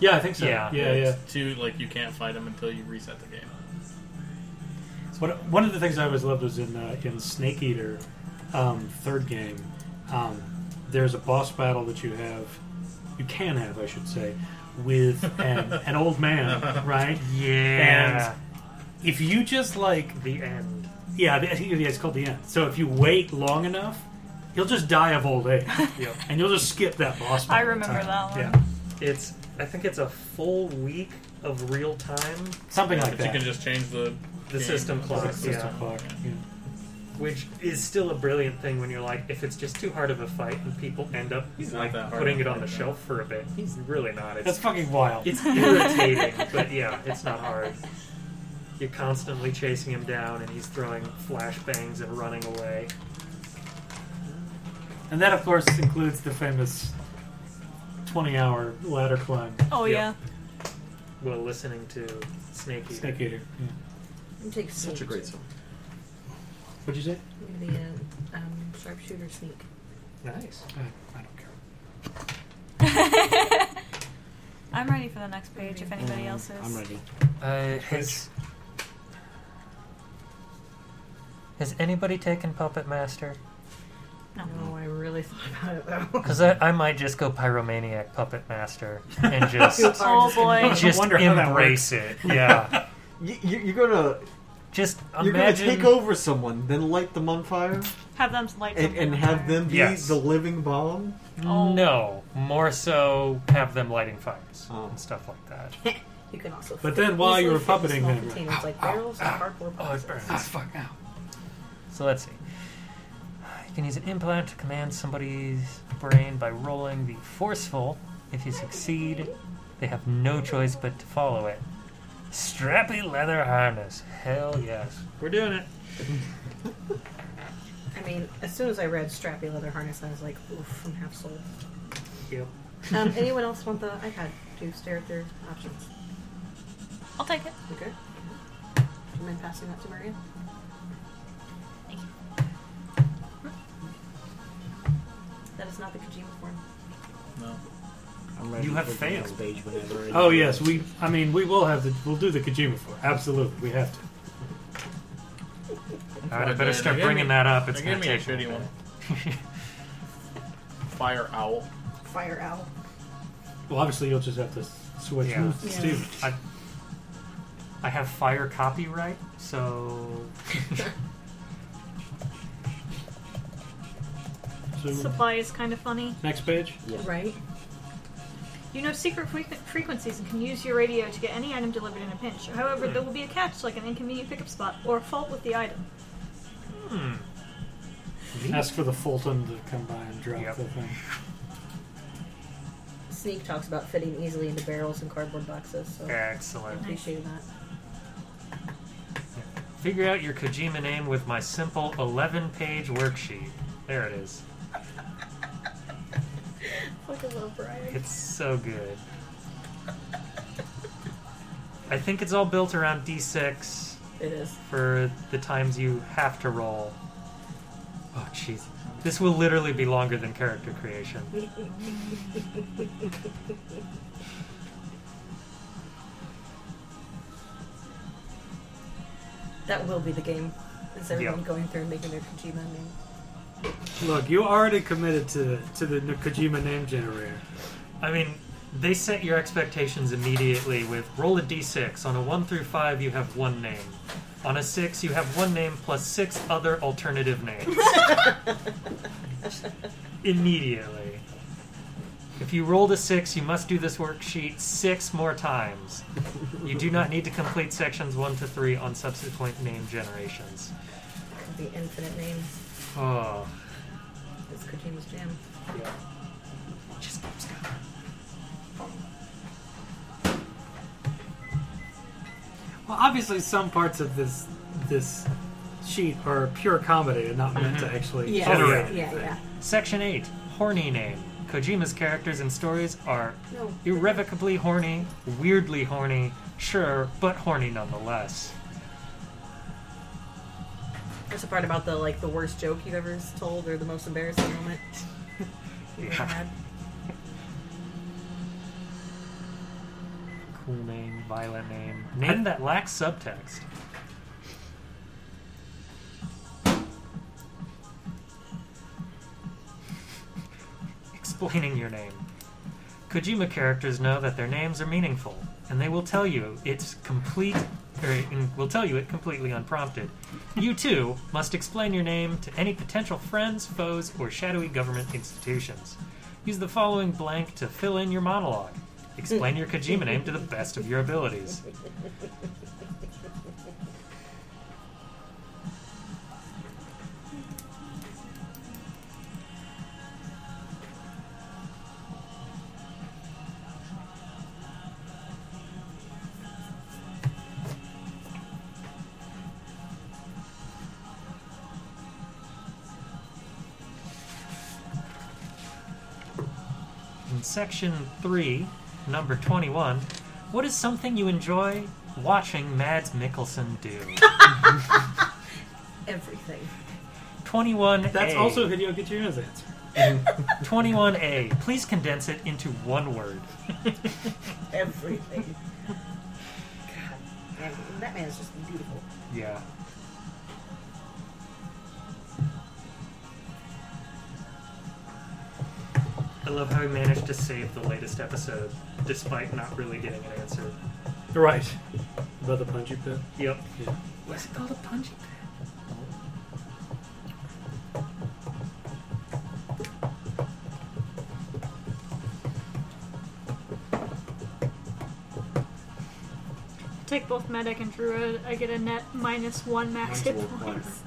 yeah, I think so.
Yeah.
yeah, yeah.
It's two, like you can't fight him until you reset the game.
One, one of the things I always loved was in uh, in Snake Eater, um, third game. Um, there's a boss battle that you have, you can have, I should say, with an, an old man, right?
Yeah.
If you just like,
the end.
yeah, the, yeah, it's called the end. So if you wait long enough, he'll just die of old age,
Yep.
and you'll just skip that boss.
I
battle
remember
entirely.
that one.
Yeah,
It's. I think it's a full week of real time.
something like
but
that.
you can just change the
The
game.
system clock.
It's just a
yeah.
clock, yeah.
which is still a brilliant thing when you're like, if it's just too hard of a fight and people end up
He's not
like
that hard
putting
of
it
a
on the
fight, though.
shelf for a bit. He's really not.
That's
It's
fucking wild.
it's irritating, but yeah, it's not hard. You're constantly chasing him down, and he's throwing flashbangs and running away.
And that, of course, includes the famous 20 hour ladder climb.
Oh yeah.
While listening to Snake Eater.
Snake Eater. Yeah.
I'm taking
Such a
sneak.
great song.
What'd you say?
I'm gonna be a um, sharpshooter sneak.
Nice.
I, I don't care.
I'm ready for the next page if anybody else is.
I'm ready.
Uh, has, has anybody taken Puppet Master?
No, I really thought about it though.
Because I, I might just go Pyromaniac Puppet Master and just,
You are
Oh
just gonna-
boy.
just
wonder how that
embrace it. Yeah.
You, you, you're gonna
just
you're gonna take
imagine.
over someone, then light them on fire,
Have them light
and,
something
and
on
have
fire.
them be
Yes.
the living bomb.
No, more so have them lighting fires
Oh.
and stuff like that.
You can also.
But then while you were puppeting them-
them, like barrels
"Ah,
and cardboard
Oh, it
boxes.
burns. fuck now. So let's see. You can use an implant to command somebody's brain by rolling the forceful. If you succeed, they have no choice but to follow it. Strappy leather harness. Hell yes. We're doing it.
ah.
I mean, as soon as I read strappy leather harness, I was like, oof, I'm half sold.
Yep.
Um, anyone else want the iPad to stare at their options?
I'll take it.
Okay. And then passing that to Maria.
Thank you.
That is not the Kojima form.
No.
I'm ready
You have
for the next
failed.
Page whenever it-
Oh, yes. We, I mean, we will have the, we'll do the Kojima for it. Absolutely. We have to.
All right, I
But
better
they-
start
they gave
bringing
me-
that up. It's
they
gonna
gave me a
take
shitty
minute.
Fire owl.
Fire owl.
Well, obviously, you'll just have to switch
Yeah.
moves to
Yeah.
Steve.
I, I have fire copyright, so
So,
Supply is kind of funny.
next page.
Yeah.
Right?
You know, secret frequ- frequencies and can use your radio to get any item delivered in a pinch. However, there will be a catch, like an inconvenient pickup spot or a fault with the item.
hmm.
Ask for the Fulton to come by and drop
Mm-hmm. Yep.
the thing.
Sneak talks about fitting easily into barrels and cardboard boxes, so I
excellent.
appreciate that.
Figure out your Kojima name with my simple 11 page worksheet. There it is.
Fucking love Brian.
It's so good. I think it's all built around d6
It is.
for the times you have to roll. Oh, jeez. This will literally be longer than character creation.
That will be the game. Is everyone
Yep.
going through and making their Kojima name?
Look, you already committed to to the Kojima name generator.
I mean, they set your expectations immediately with roll a d6. On a 1 through 5, you have one name. On a 6, you have one name plus six other alternative names. immediately. If you rolled a 6, you must do this worksheet six more times. You do not need to complete sections 1 to 3 on subsequent name generations.
The infinite names.
Oh.
It's Kojima's jam.
Yeah. Just keeps going.
Well, obviously, some parts of this this sheet are pure comedy and not meant to actually
Oh, Yeah.
generate.
Yeah, yeah.
Section 8 Horny Name. Kojima's characters and stories are
No.
irrevocably horny, weirdly horny, sure, but horny nonetheless.
There's a part about the like the worst joke you've ever told or the most embarrassing moment. you've ever
Yeah.
had.
Cool name, violent name. Name that lacks subtext. Explaining your name. Kojima characters know that their names are meaningful, and they will tell you it's complete, or and will tell you it completely unprompted. You too must explain your name to any potential friends, foes, or shadowy government institutions. Use the following blank to fill in your monologue. Explain your Kojima name to the best of your abilities. section 3, number 21. What is something you enjoy watching Mads Mikkelsen do?
Everything.
21A.
That's also Hideo Kojira's answer.
21A. Please condense it into one word.
Everything. God, man, that man is just beautiful.
Yeah. I love how we managed to save the latest episode despite not really getting an answer.
Right. About the punji pit.
Yep.
Yeah.
Was it called a punji
Take both medic and druid. I get a net minus one max hit
Mine's a little
points.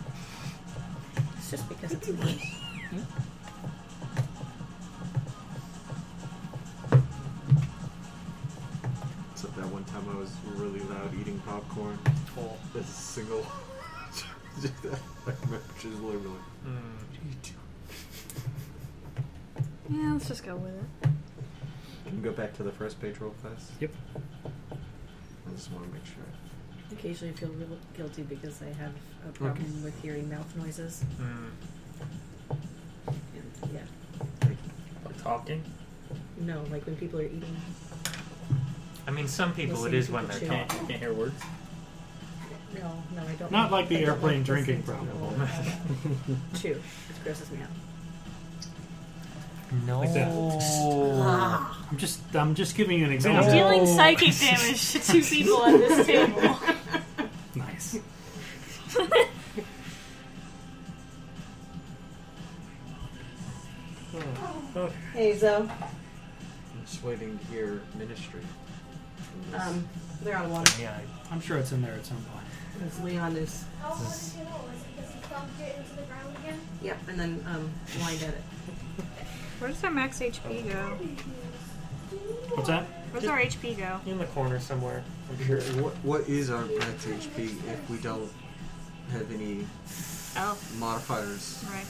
It's just because it's me.
Except that one time I was really loud eating popcorn.
Oh.
There's a single. I remember she was literally like,
Hmm.
"What are you doing?"
Yeah, let's just go with it.
Can we go back to the first page real fast?
Yep.
I just want to make sure.
Occasionally I feel real guilty because I have a problem with hearing mouth noises.
Hmm.
And yeah.
Like talking?
No, like when people are eating.
I mean, some people it
Listening
is
to
when
the
they're
chill.
talking.
Can't, you can't hear words?
No, no, I don't.
Not like the
I don't
airplane drinking
listening to
problem.
people Chew. It grosses me out.
No.
Like that.
Ah.
I'm just I'm just giving you an
I'm
example.
dealing psychic damage to two people at this table.
Nice.
Oh,
Hey, Zo.
I'm just waiting to hear ministry. from this.
Um, they're on one.
Yeah.
I'm sure it's in there at some point.
It's Leon is.
How long was he old? Was it because he thumped it into the ground again?
Yep, and then um, blind at it.
Where does our max HP go?
What's that?
Where's our HP go?
In the corner somewhere, I'm sure.
What, what is our max HP if we don't have any
Oh,
modifiers?
right.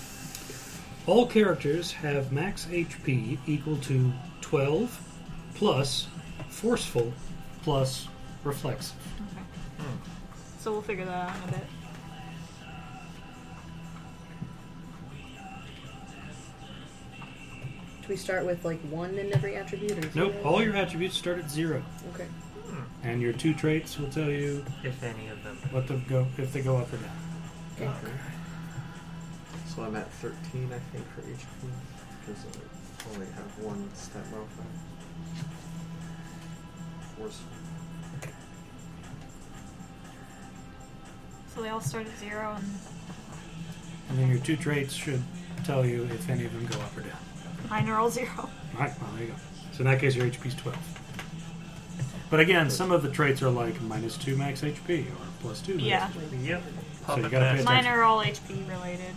All characters have max HP equal to 12 plus forceful plus reflex.
Okay. So we'll figure that out in a bit.
Do we start with like one in every attribute? Or
Nope,
zero?
all your attributes start at zero.
Okay.
And your two traits will tell you
If any of them.
what they go if they go up or down.
Okay. So I'm at 13, I think, for each one. Because I only have one step modifier. Force.
So they all start at zero and
And then your two traits should tell you if any of them go up or down.
mine are all zero.
All right, well, there you go. So in that case, your HP's 12. But again, some of the traits are like minus 2 max HP or plus 2 max
Yeah.
Yep.
So you
Puppet
gotta
master.
pay
Mine are all HP related.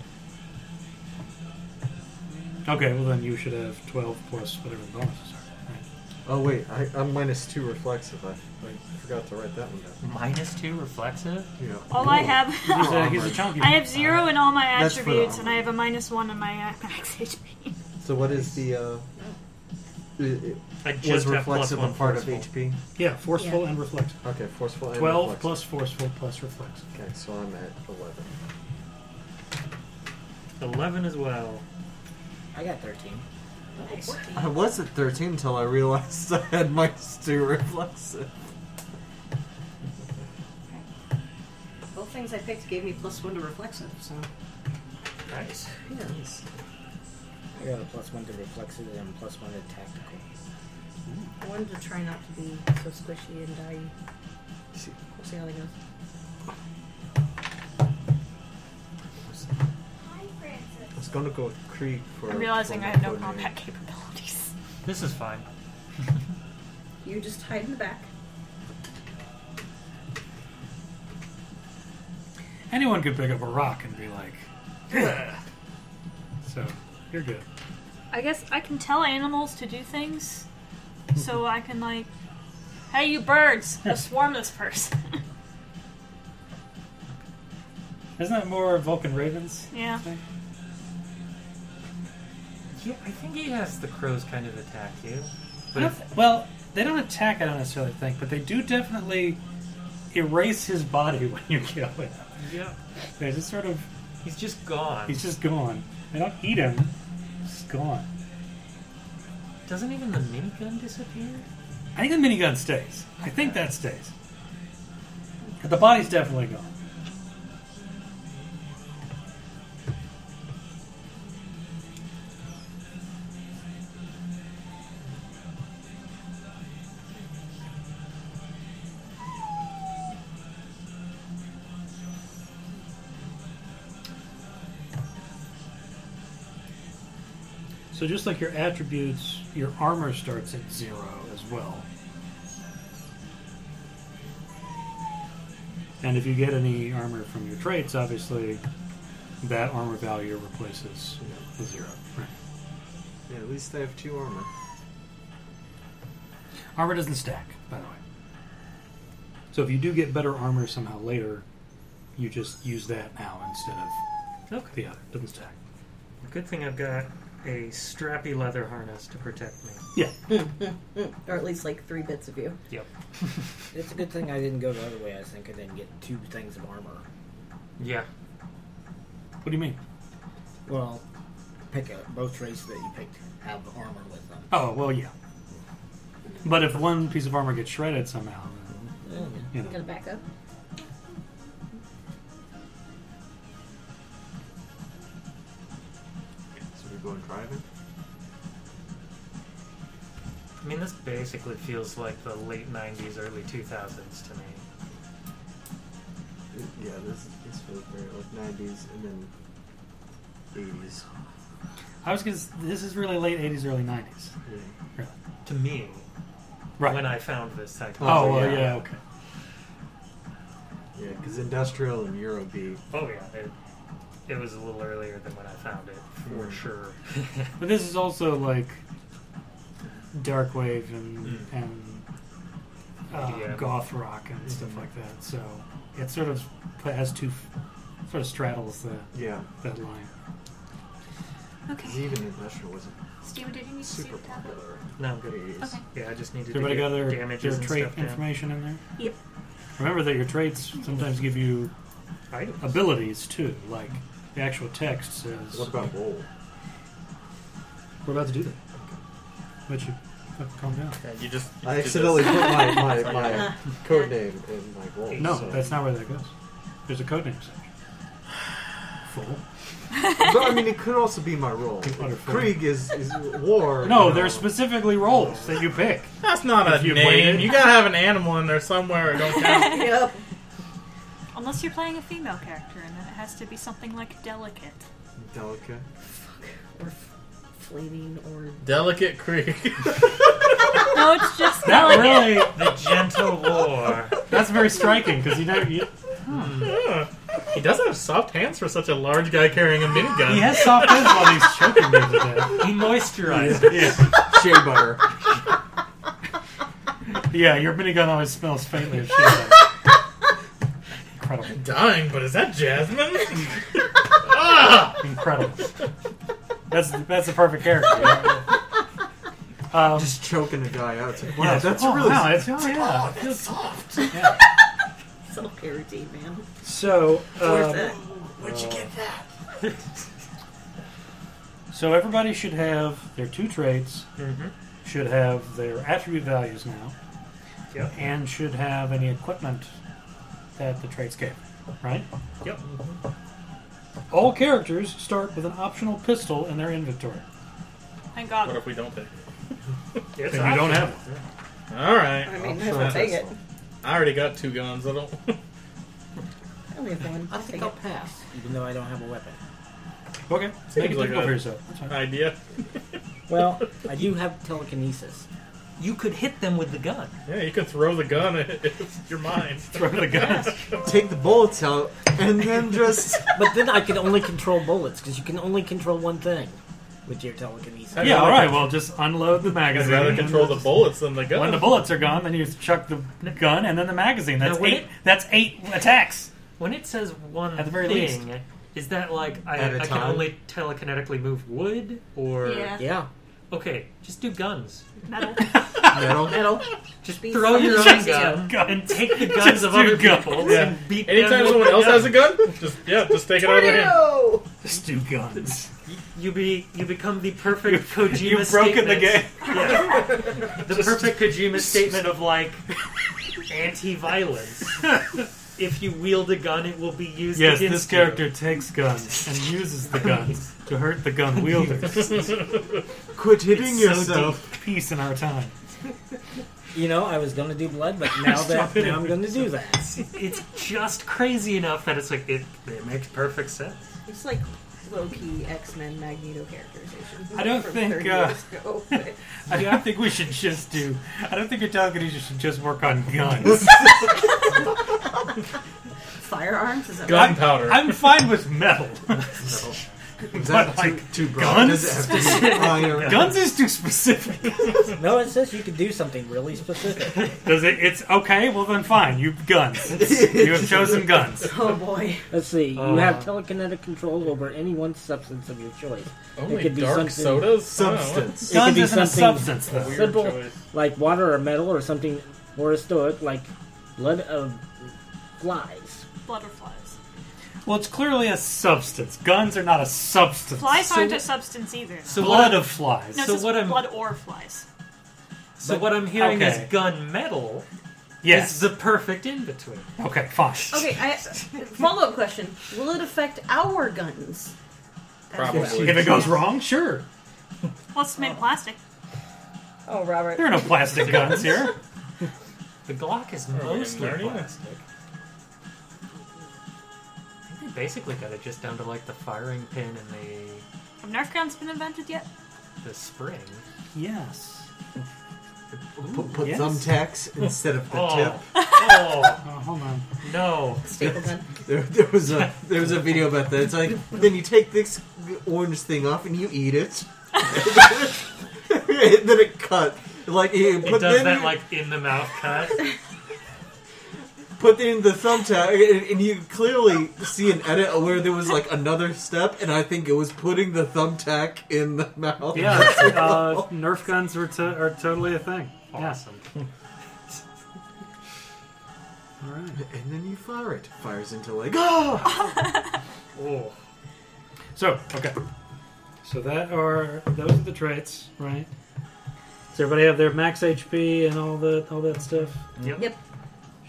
Okay, well then you should have 12 plus whatever the bonuses are.
Oh, wait, I, I'm minus two reflexive. I, I forgot to write that one down.
Minus two reflexive?
Yeah.
All I
Ooh.
Right? He's,
have,
a, he's a chunky
I have zero in all my
Oh, That's for the
attributes, and I
armor.
have a minus one in my uh, max HP.
So what is the. Uh, i- i-
I
was
just have plus
reflexive
one
a part
forceful.
of HP?
Yeah, forceful
Yeah.
and reflex.
Okay, forceful and
12
reflexive.
plus forceful plus reflex.
Okay, so I'm at 11.
11 as well.
I got 13.
Nice.
I was at 13 until I realized I had minus two reflexive.
Both things I picked gave me plus one to reflexive, so.
Nice.
Yeah.
I got a plus one to reflexive and plus one to tactical.
I wanted to try not to be so squishy and die. We'll see how that goes.
Hi, Francis.
I was going to go with Krieg for.
I'm realizing
for
I have no
coordinating.
combat capabilities.
This is fine.
You just hide in the back.
Anyone could pick up a rock and be like, "Ugh." so you're good.
I guess I can tell animals to do things, so I can like, hey, you birds, go swarm this person.
Isn't that more Vulcan Ravens?
yeah.
Thing?
Yeah, I think he has the crows kind of attack you.
I
But
don't
if-
th- well, they don't attack. I don't necessarily think, but they do definitely erase his body when you kill him.
yeah,
They just sort of
he's just gone.
he's just gone. They don't eat him. He's gone.
Doesn't even the minigun disappear?
I think the minigun stays. I think that stays. But the body's definitely gone. So just like your attributes, your armor starts at zero as well. And if you get any armor from your traits, obviously that armor value replaces the zero. Right.
Yeah, at least I have two armor.
Armor doesn't stack, by the way. So if you do get better armor somehow later, you just use that now instead of the other. Doesn't stack.
Good thing I've got a strappy leather harness to protect me.
Yeah.
or at least like three bits of you.
Yep.
It's a good thing I didn't go the other way. I think I didn't get two things of armor.
Yeah.
What do you mean?
Well, pick a, both traits that you picked have armor with them.
Oh well, yeah. But if one piece of armor gets shredded somehow, then, you know.
Gonna back up.
So we're going driving.
I mean, this basically feels like the late 90s, early 2000s to me.
Yeah, this this feels very like 90s and then 80s.
I was gonna. s- This is really late '80s, early '90s.
Yeah.
Really.
To me,
Right.
when I found this technology.
oh well,
yeah.
yeah. okay.
Yeah, because industrial and Eurobeat.
Oh, yeah. It, it was a little earlier than when I found it, for
Mm.
sure.
But this is also like dark wave and
Mm.
and uh,
EDM.
goth rock and stuff like that. So it sort of put, has two f- sort of straddles the
Yeah,
that line.
because
Okay.
even industrial wasn't
Steven, did you need to see
super
the tablet?
popular.
No, I'm
in the
good.
80s.
Okay.
Yeah, I just
Does
needed
everybody
to
got
get
their,
damages
their
and
trait
stuff down.
information in there?
Yep.
Remember that your traits sometimes give you
Items.
abilities too. Like the actual text says.
What about roll?
We're about to do that. Let you let- calm down.
Yeah, you just.
I
you did
accidentally put
this.
my, my, my code name in my roll.
No,
so-
that's not where that goes. There's a codename section. Fool.
But I mean, it could also be my roll.
Wonderful.
Krieg is, is war.
No,
you know.
there's specifically roles that you pick.
That's not
If
a
you
name.
waited.
You gotta have an animal in there somewhere. It don't count.
Yep.
Unless you're playing a female character, and then it has to be something like delicate.
Delicate.
Or f- flaming or
Delicate Creek.
no, it's just
That really,
delicate.
The gentle war.
that's very striking because you know you,
he does have soft hands for such a large guy carrying a minigun.
he has soft hands while he's choking me to
He moisturized.
death. Yeah.
Shea butter.
yeah, your minigun always smells faintly of shit. Incredible,
Dying, but is that Jasmine? ah!
incredible. That's that's the perfect character. Um,
Just choking the guy out. It's like, wow,
yeah,
that's
oh,
really.
wow, it's, oh, yeah, it feels
soft.
Yeah.
some parody, man.
So,
Worth
um,
it.
Where'd you get that?
so everybody should have their two traits,
Mm-hmm.
should have their attribute values now,
Yep.
and should have any equipment that the traits gave, right? Mm-hmm.
Yep.
All characters start with an optional pistol in their inventory.
Thank
What
God.
if we don't pick?
It's
And you
optional.
don't have
Alright.
I mean, I will take it.
I already got two guns. I don't.
I only have one.
I
I'll
think
take
I'll
it.
pass, even though I don't have a weapon.
Okay,
Seems
make it
like
difficult
a-
for yourself. That's fine.
idea.
Well, I do have telekinesis.
You could hit them with the gun.
Yeah, you can throw the gun at it's your mind.
Throw the guns.
Take the bullets out and then just.
But then I can only control bullets because you can only control one thing with your telekinesis.
I'd
yeah,
rather
all right.
control-
Well, just unload the
I'd
magazine.
rather
and
control the
just-
bullets than the gun.
When the bullets are gone, then you just chuck the gun and then the magazine. That's
No, wait.
eight. That's eight attacks.
When it says one
At the very
thing, Is that like I,
At a
I can
time?
only telekinetically move wood or
Yeah. Yeah.
Okay, just do guns.
Metal.
Metal.
Metal.
Just
Be
throw your
something
own
to
gun,
do.
and take the
Just
guns of
do
other
guns.
people.
Yeah.
And beat
Anytime
them with
someone
the
else
gun.
has a gun, just- yeah, just take it out of their hand.
Tornado!
Just do guns.
You be you become the perfect Kojima.
you've broken the
statement.
game.
Yeah. the perfect Kojima statement of like anti-violence. if you wield a gun, it will be used.
Yes,
against
this character takes guns and uses the guns to hurt the gun wielders.
Quit hitting
It's
yourself.
So deep. Peace in our time.
You know, I was gonna do blood, but now that
Stop it.
now I'm gonna do that.
you. It's just crazy enough that it's like it, it makes perfect sense.
It's like low key X Men Magneto characterization.
I don't
from
think.
30
Uh,
years ago.
I don't think we should just do. I don't think your telekinesis should just work on guns.
Firearms is that
Gunpowder.
I'm, I'm fine with metal.
Is
But
that too,
like
too broad?
guns,
Does it have to be iron?
guns is too specific.
no, it says you could do something really specific.
Does it? It's okay. Well then, fine. You guns. You have chosen guns.
Oh boy.
Let's see.
Uh.
you have telekinetic control over any one substance of your choice.
Only dark sodas? Substance.
It could
Guns
be
isn't a
something
substance, though. Weird
simple,
choice.
like water or metal, or something more stoic, like blood of flies.
Butterflies.
Well, it's clearly a substance. Guns are not a substance.
Flies aren't a substance either. though.
so blood of flies.
No, it
so
says
what I'm-
blood or flies.
So what I'm hearing
Okay.
is gun metal
Yes.
is the perfect in between.
Okay, fine.
Okay, I, follow up question. Will it affect our guns?
Probably.
If it goes wrong, sure.
Well, it's made of plastic.
Oh, Robert.
There are no plastic guns here.
The Glock
Oh,
is
we in
mostly
Narnia?
plastic. I think they basically got it just down to like the firing pin and the
Have Nerf guns been invented yet?
the spring.
Yes.
Put, put
Yes.
thumbtacks instead of the
Oh,
tip.
Oh,
oh
hold on.
no!
Staple gun.
There, there was a there was a video about that. It's like then you take this orange thing off and you eat it. and then it cut. Like you
It
put
does
in,
that like in the mouth cut.
put in the thumbtack, and, and you clearly see an edit where there was like another step, and I think it was putting the thumbtack in the mouth.
Yeah, uh, Nerf guns are, to- are totally a thing. Yes.
Awesome.
All right.
and then you fire it. Fires into like ah.
Oh,
So, okay. So that are those are the traits, right? Does everybody have their max HP and all that all that stuff?
yep.
Yep.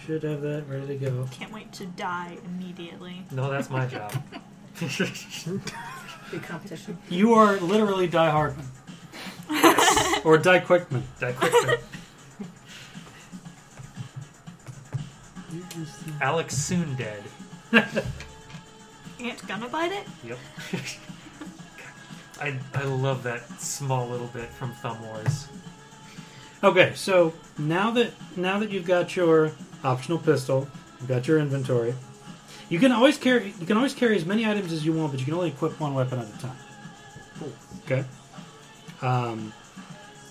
Should have that ready to go.
Can't wait to die immediately.
No, that's my job.
Big competition.
You are literally Die Hardman. or Die Quickman.
That quick. Alex soon dead.
Ant gonna bite it?
Yep. I, I love that small little bit from Thumb Wars.
Okay, so now that now that you've got your optional pistol, you've got your inventory. You can always carry you can always carry as many items as you want, but you can only equip one weapon at a time. Cool. Okay. Um,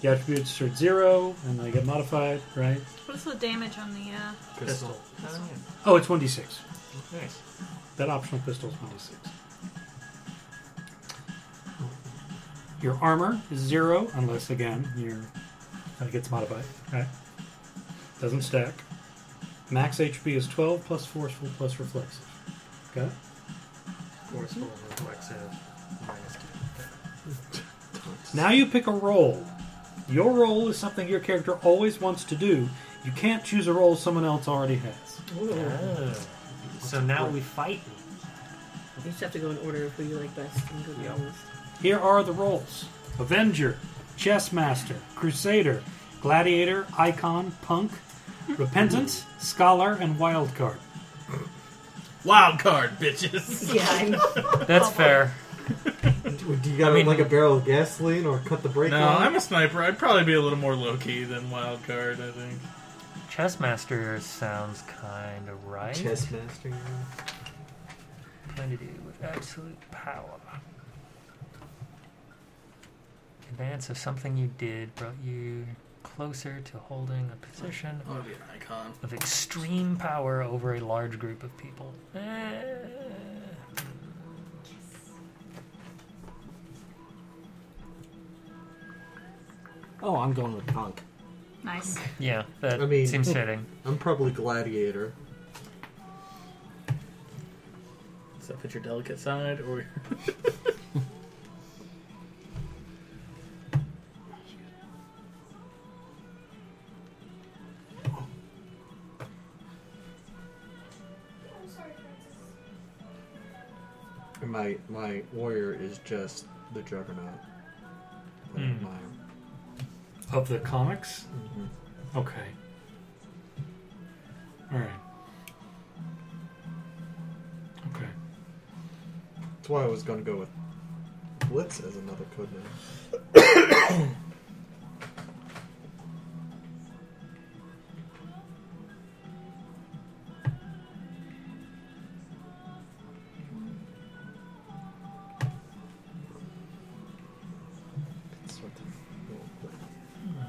the attributes are zero, and they get modified, right?
What's the damage on the uh,
Pistol. Oh,
Oh, it's one d six.
yeah. Nice.
That optional pistol is 26. Your armor is zero, unless again your that gets modified. Right? Doesn't stack. Max HP is 12 plus forceful plus reflexive. Okay.
Forceful, reflexive, minus two.
Now you pick a role. Your role is something your character always wants to do. You can't choose a role someone else already has.
Oh. So now we fight.
You just have to go in order of who you like best and go down the list.
Here are the roles Avenger, Chess Master, Crusader, Gladiator, Icon, Punk, Repentant, Scholar, and Wildcard.
Wild card, bitches.
Yeah, I'm
That's fair.
Do you got
I mean-
like a barrel of gasoline or cut the brake?
No,
on?
I'm a sniper. I'd probably be a little more low key than wild card. I think.
Chessmaster sounds kind of right.
chess master. you know.
Going to do with absolute power. Advance of something you did brought you closer to holding a position
I want to be an icon.
of extreme power over a large group of people. Eh,
Oh, I'm going with punk.
Nice.
Yeah, that
I mean,
seems fitting.
I'm probably gladiator.
Is that fit your delicate side or?
I'm sorry, Francis.
And My my warrior is just the juggernaut. Like
Hmm.
my-
Of the comics?
mhm.
Mm-hmm.
Okay. Alright. Okay.
That's why I was gonna go with Blitz as another code name. It's sort of little quick.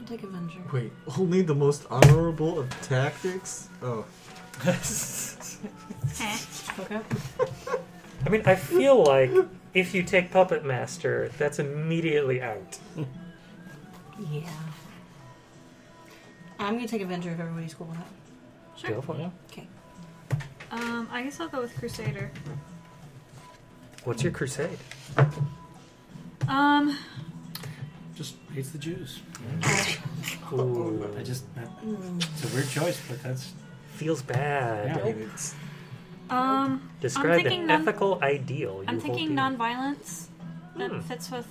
I'll take Avenger.
Wait, only the most honorable of tactics? Oh.
Fuck up.
I mean, I feel like if you take Puppet Master, that's immediately out.
Yeah. I'm gonna take Avenger if everybody's cool with that.
Sure.
Go for it.
Okay.
Um, I guess I'll go with Crusader.
What's your crusade?
Um,
Just hates the Jews.
Ooh,
I just. That, it's a weird choice, but that's.
feels bad.
Yeah.
I mean, it's
um,
Describe
thinking
an
non-
ethical ideal.
I'm
you hold
thinking
dear.
nonviolence. That
Hmm.
fits with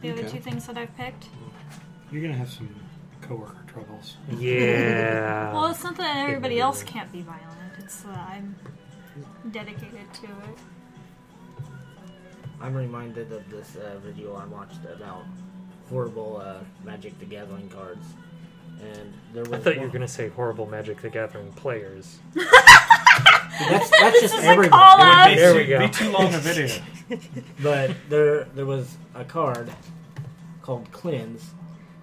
the other
Okay.
two things that I've picked.
You're gonna have some coworker troubles.
Yeah.
well, it's not that everybody
yeah.
else can't be violent. It's that I'm dedicated to it.
I'm reminded of this uh, video I watched about horrible uh, Magic the Gathering cards, and there was.
I thought you were
one-
going to say horrible Magic the Gathering players.
That's, that's just
is a
everyone.
call-out.
There we go.
Be too long a video.
But there, there was a card called Cleanse,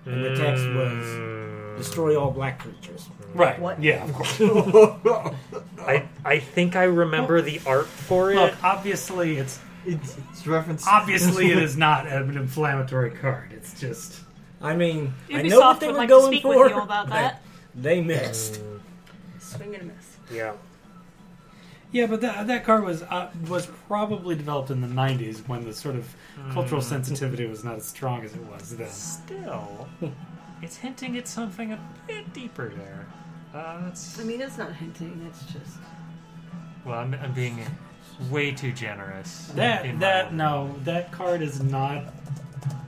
and the text
Mm.
was "Destroy all black creatures."
right.
What?
Yeah, of course.
I, I think I remember the art for it.
Look, obviously it's
it's, it's referenced.
obviously it is not an inflammatory card. It's just
I mean, I know what
Ubisoft
they
would
were
like to
going
speak
for.
with you about
but
that.
They missed.
Swing and a miss.
Yeah.
yeah, but that, that card was uh, was probably developed in the '90s when the sort of
Hmm.
cultural sensitivity was not as strong as it was then.
Still, it's hinting at something a bit deeper there. Uh, that's,
I mean, that's not hinting. That's just.
well, I'm, I'm being way too generous. in
That
my
that
own-
no, that card is not.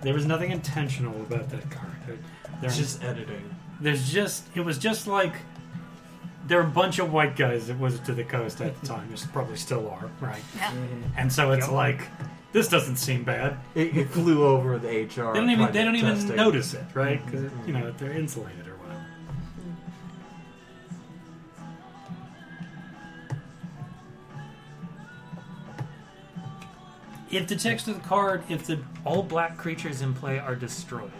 There was nothing intentional about that card. There-
It's
there-
just editing.
there's just it was just like there were a bunch of white guys that was to the coast at the time. There probably still are, right?
Yeah.
And so it's
Yep.
like this doesn't seem bad.
It, it flew over the HR.
They don't even they
climate
don't even
testing.
notice it, right?
mm-hmm.
Because you know they're insulated or whatever. If the text of the card, if the
All black creatures in play are destroyed.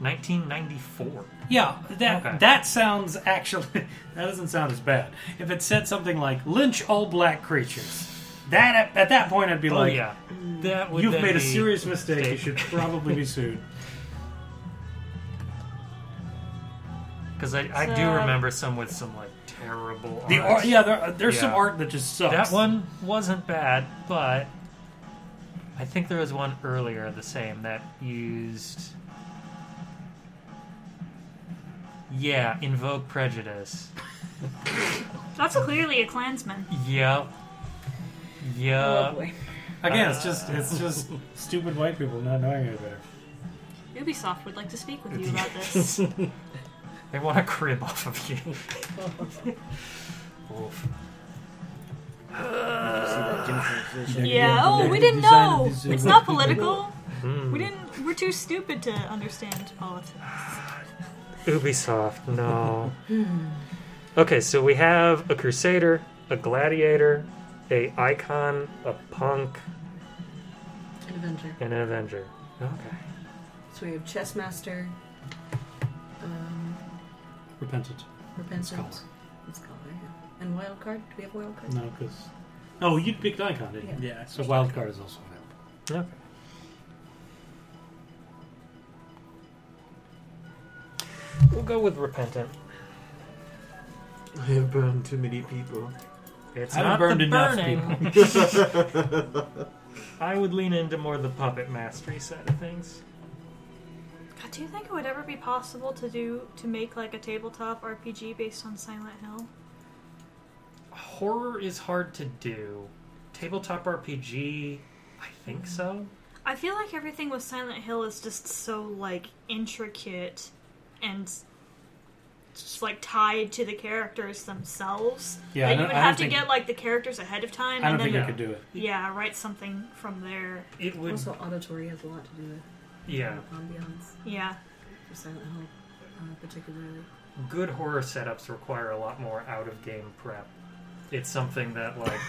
1994.
Yeah, that
Okay.
that sounds actually that doesn't sound as bad. If it said something like lynch all black creatures, that at, at that point I'd be
Oh,
like,
yeah. That would
you've
then
made a
be-
serious mistake. You should
mistake.
probably be sued.
Because I, I do
So-
remember some with some like terrible.
The
art.
art, yeah, there, there's some
Yeah.
art that just sucks.
That one wasn't bad, but I think there was one earlier the same that used. Yeah, invoke prejudice.
That's clearly a Klansman.
Yep.
Oh
Oh,
Yep.
boy.
again, it's just it's just Uh, stupid white people not knowing any better.
Ubisoft would like to speak with you about this.
they want to crib off of you. Oof.
You see that Jim transition?
yeah. Oh, we didn't know. It's not political.
Hmm.
We didn't. We're too stupid to understand politics.
Ubisoft, no.
Hmm.
okay, so we have a crusader, a gladiator, a icon, a punk,
An Avenger.
and an avenger. Okay.
So we have Chess Master, um,
Repentant.
Repentance,
Scholar.
and Scholar, yeah.
And wild card? Do we have wild card?
No, because. Oh, you picked icon, didn't you?
Yeah. Yeah.
So wild card is also available.
Okay. We'll go with repentant.
I have burned too many people.
It's
I
not
haven't burned
the
enough
burning. I would lean into more the puppet mastery side of things.
God, do you think it would ever be possible to do to make like a tabletop RPG based on Silent Hill?
Horror is hard to do. Tabletop RPG, I think so.
I feel like everything with Silent Hill is just so like intricate and just like tied to the characters themselves.
Yeah, I
like, you
don't-
would
I
have
don't
to
think-
get like the characters ahead of time.
I don't
and
think
then
I could do it.
Yeah, write something from there.
It would.
Also, auditory has a lot to do with uh,
Yeah.
ambiance
Yeah,
for Silent Hill, uh, particularly.
Good horror setups require a lot more out of game prep. It's something that, like,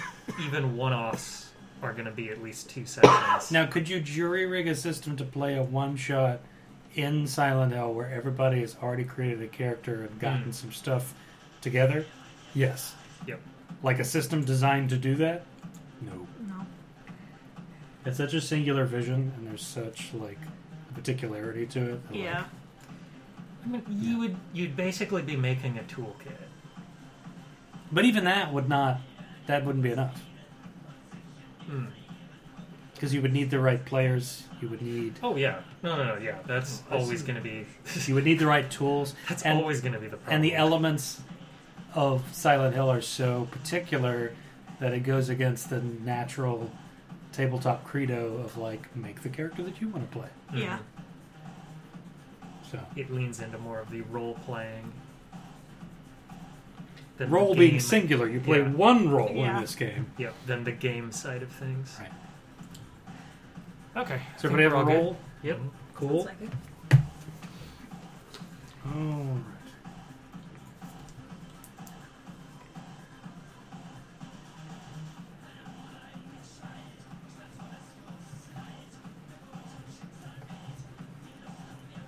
even one offs are going to be at least two sessions.
Now, could you jury rig a system to play a one shot in Silent Hill where everybody has already created a character and gotten
Mm.
some stuff together? Yes.
Yep.
Like a system designed to do that? No.
no.
It's such a singular vision, and there's such like particularity to it. that, like,
Yeah.
I mean, you would you'd basically be making a toolkit.
But even that would not. That wouldn't be enough
Hmm.
because you would need the right players. You would need.
Oh yeah, no, no, no, yeah. That's
I
always
see.
going to be
You would need the right tools.
that's
and,
always going to be the problem.
and the elements of Silent Hill are so particular that it goes against the natural tabletop credo of like make the character that you want to play.
Mhm.
Yeah.
So
it leans into more of the role playing. than the
role being
game-
singular, you play
Yeah.
one role
Yeah.
in this game.
Yep, than the game side of things.
Right.
Okay.
So everybody have a role?
Yep.
Cool.
Sounds like eh, it.
All right.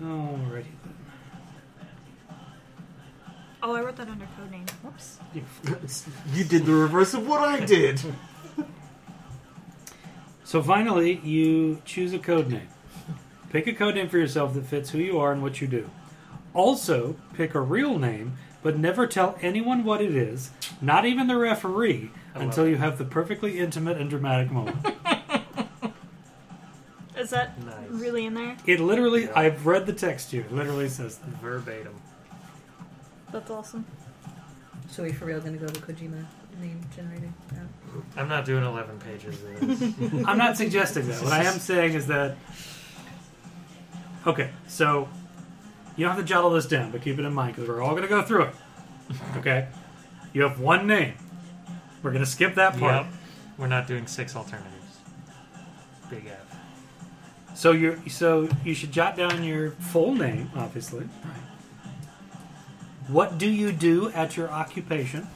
Alrighty then.
Oh, I wrote that under code name. Whoops.
You did the reverse of what I did.
So finally, you choose a code name. Pick a code name for yourself that fits who you are and what you do. Also, pick a real name, but never tell anyone what it is, not even the referee,
I love
until
it.
you have the perfectly intimate and dramatic moment.
Is that
Nice.
really in there?
It literally,
Yeah.
I've read the text here. It literally says that.
Verbatim.
That's awesome.
So we for real gonna go to Kojima name generator? Yeah.
I'm not doing 11 pages of this.
I'm not suggesting that. What I am saying is that. Okay, so you don't have to jot all this down, but keep it in mind because we're all going to go through it. Okay? You have one name. We're going to skip that part.
yep. We're not doing six alternatives. Big F.
So you so you should jot down your full name, obviously. Right. What do you do at your occupation?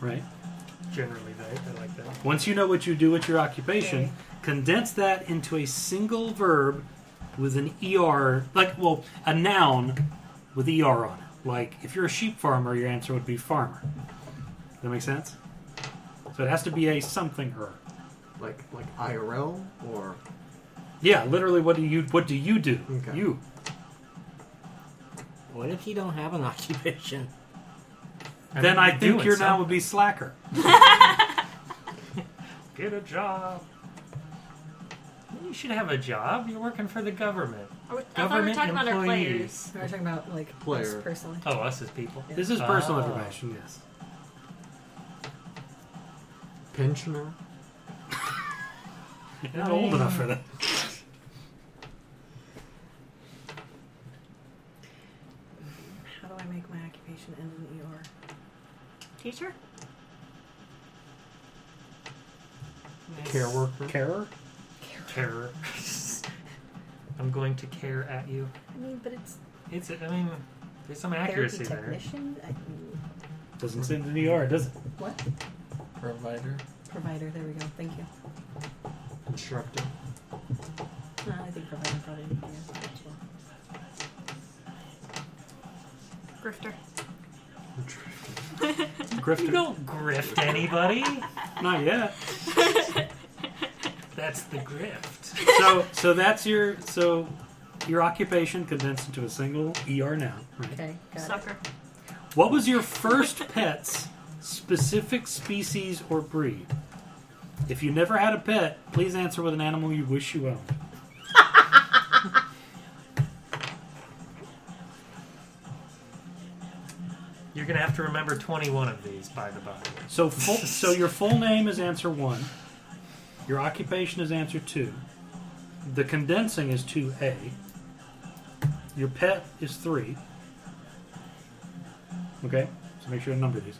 Right.
Generally, though, I like that.
Once you know what you do at your occupation, condense that into a single verb with an er, like, well, a noun with er on it. Like, if you're a sheep farmer, your answer would be farmer. Does that make sense? So it has to be a something er.
like like IRL or
Yeah, literally. What do you What do you do?
Okay.
You.
What if you don't have an occupation?
then I think
doing
your noun would be slacker.
Get a job. You should have a job. You're working for the government.
I, was, I thought we were
Government
talking about our
employees.
players.
We're talking about like
Player.
us personally.
Oh, us as people.
This is personal
Ah.
information. Yes.
pensioner.
You're not old enough for that.
How do I make my occupation end in ER?
Teacher?
Care worker.
Carer.
Care. I'm going to care at you.
I mean, but it's
It's. I mean, there's some accuracy
therapy
there.
technician, I-
Doesn't send an ER, does it?
what
Provider.
provider? There we go. Thank you.
Instructor.
No, Uh, I think provider probably. Yeah, that's well.
Grifter.
You don't grift anybody.
Not yet.
That's the grift.
So, so that's your so your occupation condensed into a single ER now. Right?
Okay, got
Sucker.
What was your first pet's specific species or breed? If you never had a pet, please answer with an animal you wish you owned.
You're gonna have to remember 21 of these, by the by.
So, full, so your full name is answer one. Your occupation is answer two. The condensing is two A. Your pet is three. Okay, so make sure to number these.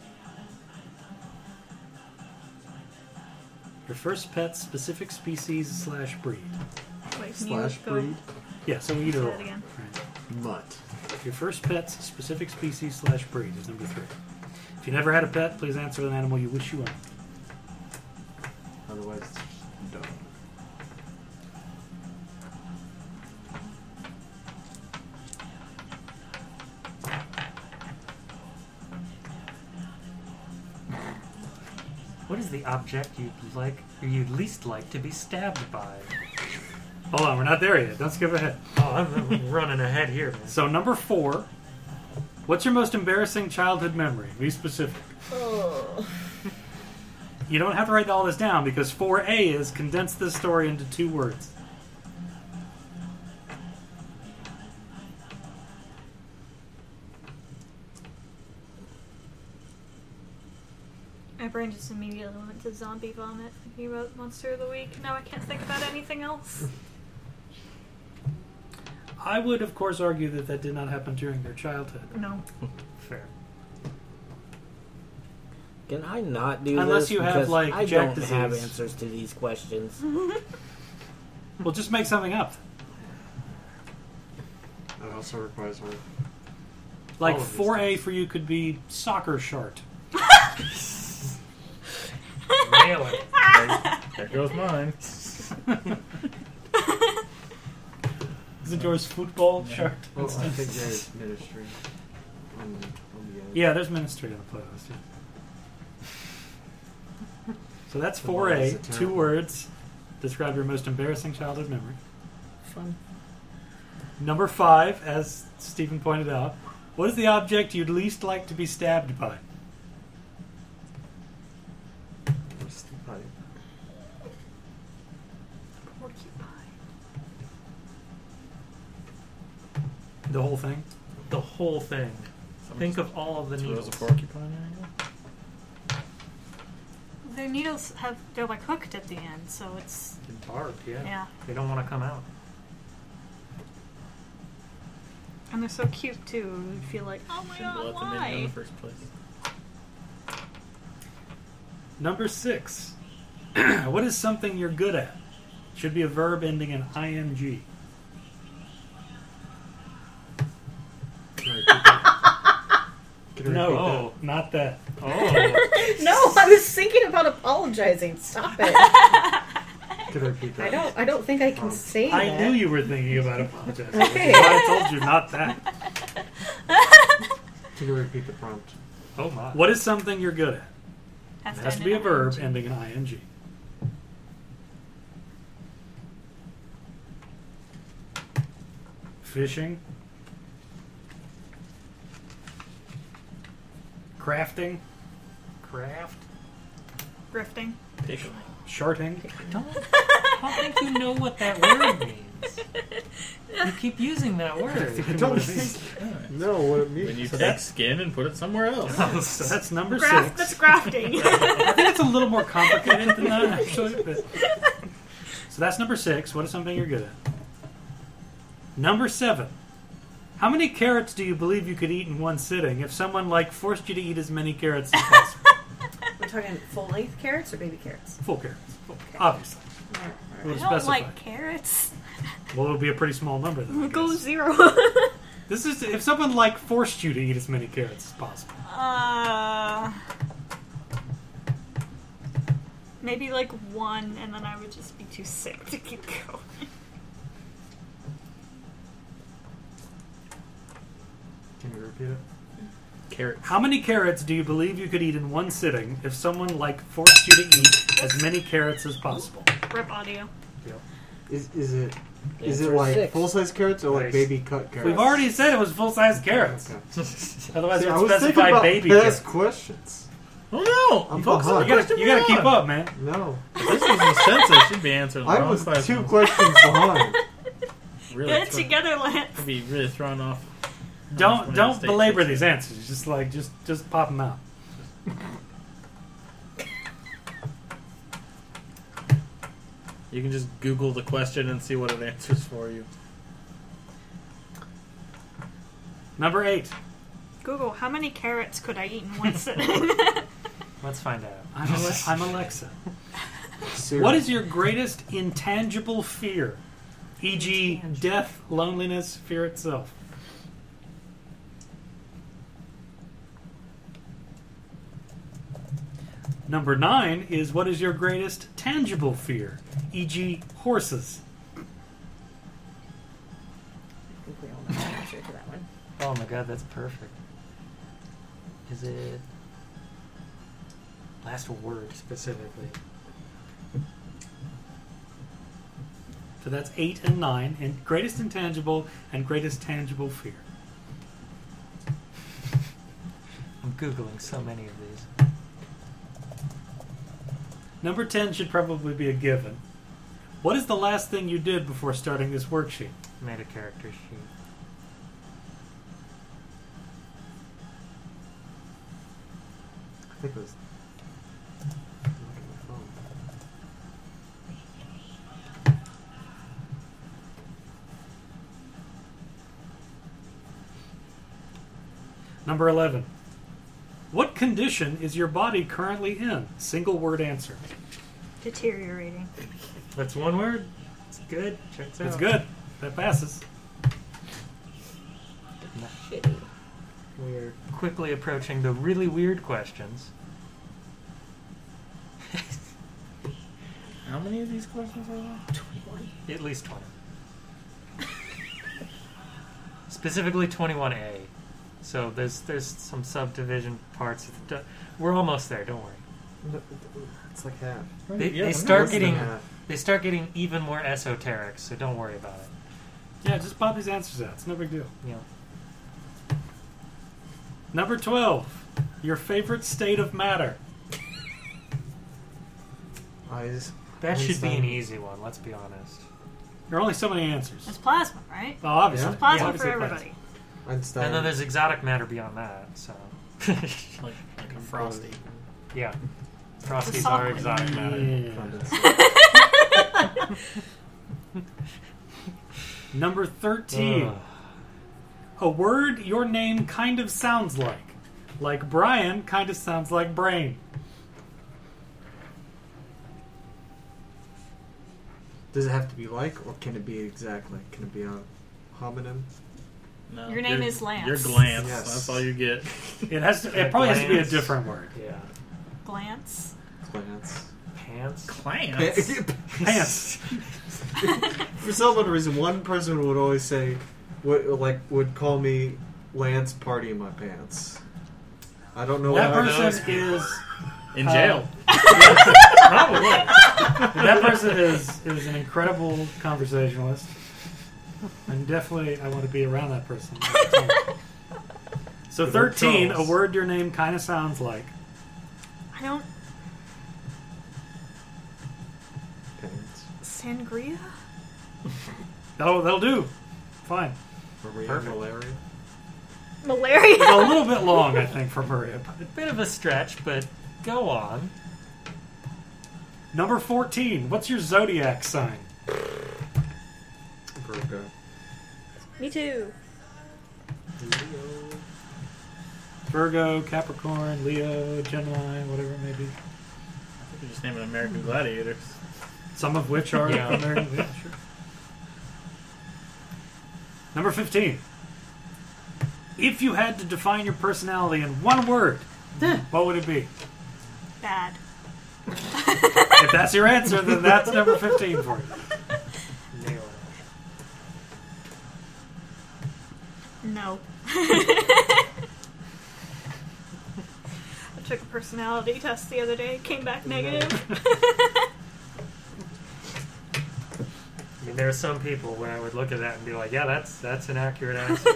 Your first pet specific species slash breed.
Wait, can
Slash
you go
breed.
Yeah, so
say
either or.
that again?
Mutt.
Your first pet's specific species slash breed is number three. If you never had a pet, please answer with an animal you wish you owned.
Otherwise, it's dog.
What is the object you'd like, or you'd least like to be stabbed by?
Hold on, we're not there yet. Let's skip ahead.
Oh, I'm running ahead here, man.
So number four, what's your most embarrassing childhood memory? Be specific.
Oh.
You don't have to write all this down because 4A is condense this story into two words.
My brain just immediately went to zombie vomit. He wrote Monster of the Week. Now I can't think about anything else.
I would, of course, argue that that did not happen during their childhood.
No.
Fair.
Can I not do
Unless
this?
you have,
Because
like,
I
Jack
don't have
disease.
answers to these questions.
Well, just make something up.
That also requires work.
Like
All of these
4A for you could be soccer shart.
Nail it.
There goes mine.
Isn't yours football shart?
Well, I think there's ministry. On, on the end.
Yeah, there's ministry on the playlist. Yeah. So that's
The world is a
4A, two
terrible-
words. Describe your most embarrassing childhood memory.
Fun.
Number five, as Stephen pointed out, what is the object you'd least like to be stabbed by?
Where's the pipe?
Porcupine.
The whole thing?
The whole thing. Think of all of the
Throws
needles.
a porcupine angle.
Their needles have they're like hooked at the end, so it's
And barbed, yeah.
yeah.
They don't want to come out.
And they're so cute too. You feel like, oh my
Shouldn't have
god,
let them in here in
why?
the first place.
Number six, what is something you're good at? Should be a verb ending in ing.
Can I repeat that? Can I repeat that?
No, not that.
Oh,
No, I was thinking about apologizing. Stop it.
Can I repeat that?
I don't. I don't think I can say
I
that.
knew you were thinking about apologizing. which is
Hey.
why I told you not that.
Can you repeat the prompt?
oh my.
What is something you're good at?
Has
It
to
has
end
to be
in
a verb
ing.
ending in ing. Fishing. Crafting.
Craft?
Grifting.
Take it.
Sharting.
I don't, I don't think you know what that word means. You keep using that word.
I don't think. No, what it means.
When you take skin and put it somewhere else.
So that's number
Graft. That's
six.
grafting.
I think it's a little more complicated than that, actually. But... So that's number six. What is something you're good at? Number seven. How many carrots do you believe you could eat in one sitting if someone like forced you to eat as many carrots as possible?
We're talking full length carrots or baby carrots.
Full carrots, obviously.
I
We'll
don't
specify.
like carrots.
Well, it'll be a pretty small number. Then, I
Go
guess.
zero.
This is if someone like forced you to eat as many carrots as possible.
uh, maybe like one, and then I would just be too sick to keep going.
Can you repeat it?
Carrots.
How many carrots do you believe you could eat in one sitting if someone like forced you to eat as many carrots as possible?
Rip audio.
Is, is it
Yeah,
is
it's
it
for
like
six.
full size carrots or like
Nice.
baby cut carrots?
We've already said it was full size carrots.
Oh,
Otherwise,
See,
it
I
would
was thinking
specify
about
baby carrots.
past questions.
Oh no!
I'm
You focus on the
behind. You gotta-
question
You gotta
we're
keep
on.
up, man.
No,
This is a sense I should be answering. the
I
wrong
was
question.
two questions behind.
Really
Get it
throw-
together, Lance.
I'd be really thrown off.
Don't don't belabor these answers. Just like just just pop them out.
You can just Google the question and see what it answers for you.
Number eight.
Google, how many carrots could I eat in one sitting?
Let's find out.
I'm, Ale- I'm Alexa.
Cereal.
What is your greatest intangible fear? E.g., death, loneliness, fear itself. Number nine is what is your greatest tangible fear? E.g., horses.
I think we all know the answer to that one.
Oh my god, that's perfect. Is it last word specifically?
So that's eight and nine, and greatest intangible and greatest tangible fear.
I'm googling so many of these.
Number 10 should probably be a given. What is the last thing you did before starting this worksheet?
Made a character sheet.
I think it was. I'm looking at my phone.
Number 11. What condition is your body currently in? Single word answer.
Deteriorating.
That's one word. It's good. Checks out.
That's good. That passes.
Shitty.
We're quickly approaching the really weird questions.
How many of these questions are there?
At least 20. Specifically 21A. So there's there's some subdivision parts. Of the, we're almost there, don't worry.
No, It's like half.
They,
Yeah,
they
I'm
start
Less than
getting
half.
they start getting even more esoteric, so don't worry about it.
Yeah, just pop these answers out. It's no big deal.
You know,
Number 12. Your favorite state of matter.
eyes.
that should be an
Einstein.
easy one. Let's be honest.
There are only so many answers.
It's plasma, right?
Oh, obviously.
Yeah.
Plasma
obviously
for
it applies.
everybody.
Einstein.
And then there's exotic matter beyond that. So
Like, like a frosty.
yeah, frosties are
It's a
exotic matter.
Condensate.
Number 13.
Ugh.
A word your name kind of sounds like. Like Brian kind of sounds like brain.
Does it have to be like, or can it be exactly? Can it be a homonym?
No,
Your name
you're-
is Lance.
You're glance.
Yes.
That's all you get.
It has to, it probably has to be a
Glance.
different word.
Yeah,
Glance.
Plants.
pants.
Glance.
Pants.
For some odd reason, one person would always say, would, like, would call me Lance Party in My Pants. I don't know
That
why.
person is
In
Uh,
jail.
probably that person is is an incredible conversationalist. And definitely I want to be around that person. all the time.
Good
So
old
thirteen, a
Charles.
word your name kinda sounds like.
I don't.
Pants.
Sangria?
That'll that'll do. Fine.
Maria
Perfect.
Malaria.
Malaria?
It's a little bit long, I think, for Maria, but
Bit of a stretch, but go on.
Number 14. What's your zodiac sign?
Virgo.
Me too.
Virgo, Capricorn, Leo, Gemini, whatever it may be.
You're just naming American Gladiators.
Some of which are
Yeah.
American. yeah, sure. Number 15. If you had to define your personality in one word,
Eh.
what would it be?
Bad.
If that's your answer, then that's number 15 for you.
Nail
No. took a personality test the other day. Came back negative.
I mean, there are some people where I would look at that and be like, "Yeah, that's that's an accurate answer."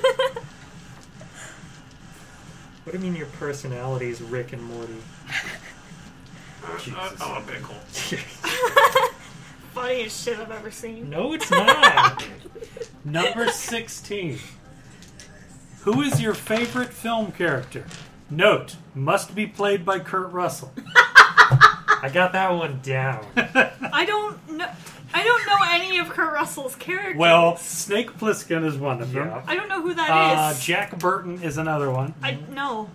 what do you mean your personality is Rick and Morty?
Jesus. Oh, a pickle.
Funniest shit I've ever seen.
No, it's not.
Number 16. Who is your favorite film character? Note, must be played by Kurt Russell.
I got that one down.
I don't know. I don't know any of Kurt Russell's characters.
Well, Snake Plissken is one of them.
I don't know who that
Uh,
is.
Jack Burton is another one.
I no.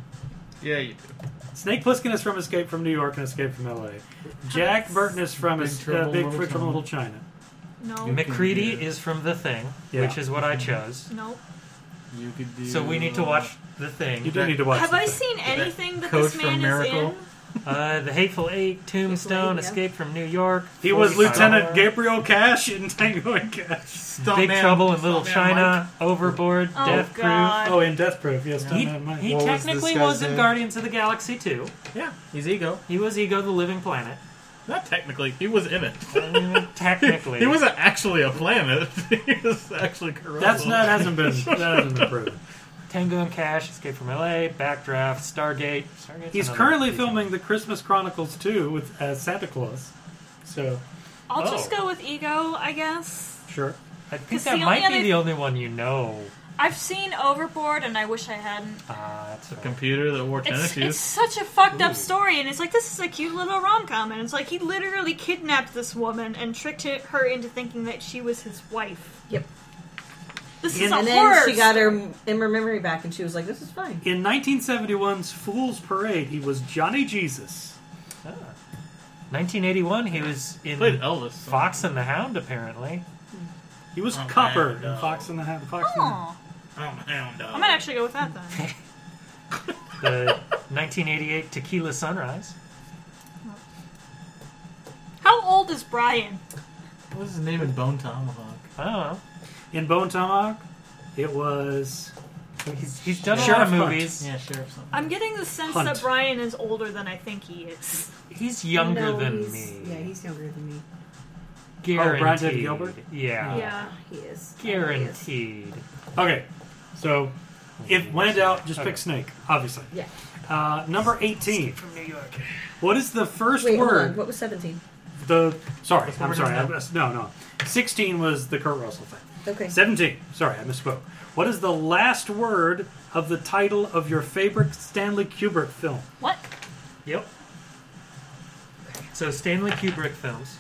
Yeah, you do.
Snake Plissken is from Escape from New York and Escape from L.A. Jack Burton is from
Big
Big, es- uh,
Trouble in
Big
Little
Trouble in
China.
Little China.
No.
McCready is from The Thing,
Yeah.
which is what I chose.
no.
You could do.
So we need to watch The Thing.
You do need to watch.
Have
the
I
thing.
seen anything that
Code
this
from
man
Miracle?
is in?
Uh, the Hateful Eight, Tombstone,
yeah.
Escape from New York.
He was
Forty
Lieutenant
Dollar,
Gabriel Cash in Tango and Cash.
Big Trouble in Little
Stuntman
China, Overboard,
Oh
Death
God.
Oh, in Death Proof, yes.
Proof. He,
Stuntman Mike.
he
What was this
technically
guy's
was in
name?
Guardians of the Galaxy too.
yeah.
He's ego.
He was Ego the Living Planet.
Not technically. He was in it.
Uh, technically.
He wasn't actually a planet. he was actually Kurt
That's
Russell.
not hasn't been that hasn't been proven.
Tango and Cash, Escape from LA, Backdraft, Stargate. Stargate's
He's
another
currently
decent-
filming the Christmas Chronicles 2 with uh, Santa Claus. So,
I'll just
Oh.
go with ego, I guess.
sure.
I think
'Cause
that
the
might
only
be
other-
the only one you know.
I've seen Overboard, and I wish I hadn't.
Ah, that's
a
right.
computer that wore tennis
It's,
shoes.
it's such a fucked
Ooh.
up story, and it's like this is a cute little rom com, and it's like he literally kidnapped this woman and tricked it- her into thinking that she was his wife.
Yep.
This is
And,
a
and
horror.
then she got her, in her memory back, and she was like, "This is fine."
In 1971's Fool's Parade, he was Johnny Jesus.
Ah. 1981, he was in
Played Elvis.
Fox and the Hound, apparently.
He was
Oh,
Copper
man,
in
no.
Fox and the Hound. Fox and the Hound.
Aw.
Oh, I'm a hound dog.
oh. I might actually go with that then.
The 1988 Tequila Sunrise.
How old is Brian?
What was his name in Bone Tomahawk?
I don't
Oh.
In Bone Tomahawk, it was oh,
know. He's, he's done a lot
Sheriff
of
Hunt.
movies.
sure. Something.
I'm getting the sense
Hunt.
that Brian is older than I think he is.
He's younger
No,
than
he's-
me. Oh,
Yeah, he's younger than me.
Oh,
Guaranteed.
Brian David Gilbert? Oh.
Yeah.
Yeah.
He is. He is.
Guaranteed.
okay. So, if when in doubt, just
Okay.
pick Snake, obviously.
Yeah.
Uh, number 18.
From New York.
What is the first
Wait, hold on.
word?
What was seventeen?
The sorry,
That's what
I'm
we're
sorry. I,
doing
no, no. 16 was the Kurt Russell thing.
Okay.
17. Sorry, I misspoke. What is the last word of the title of your favorite Stanley Kubrick film?
What?
Yep. So Stanley Kubrick films.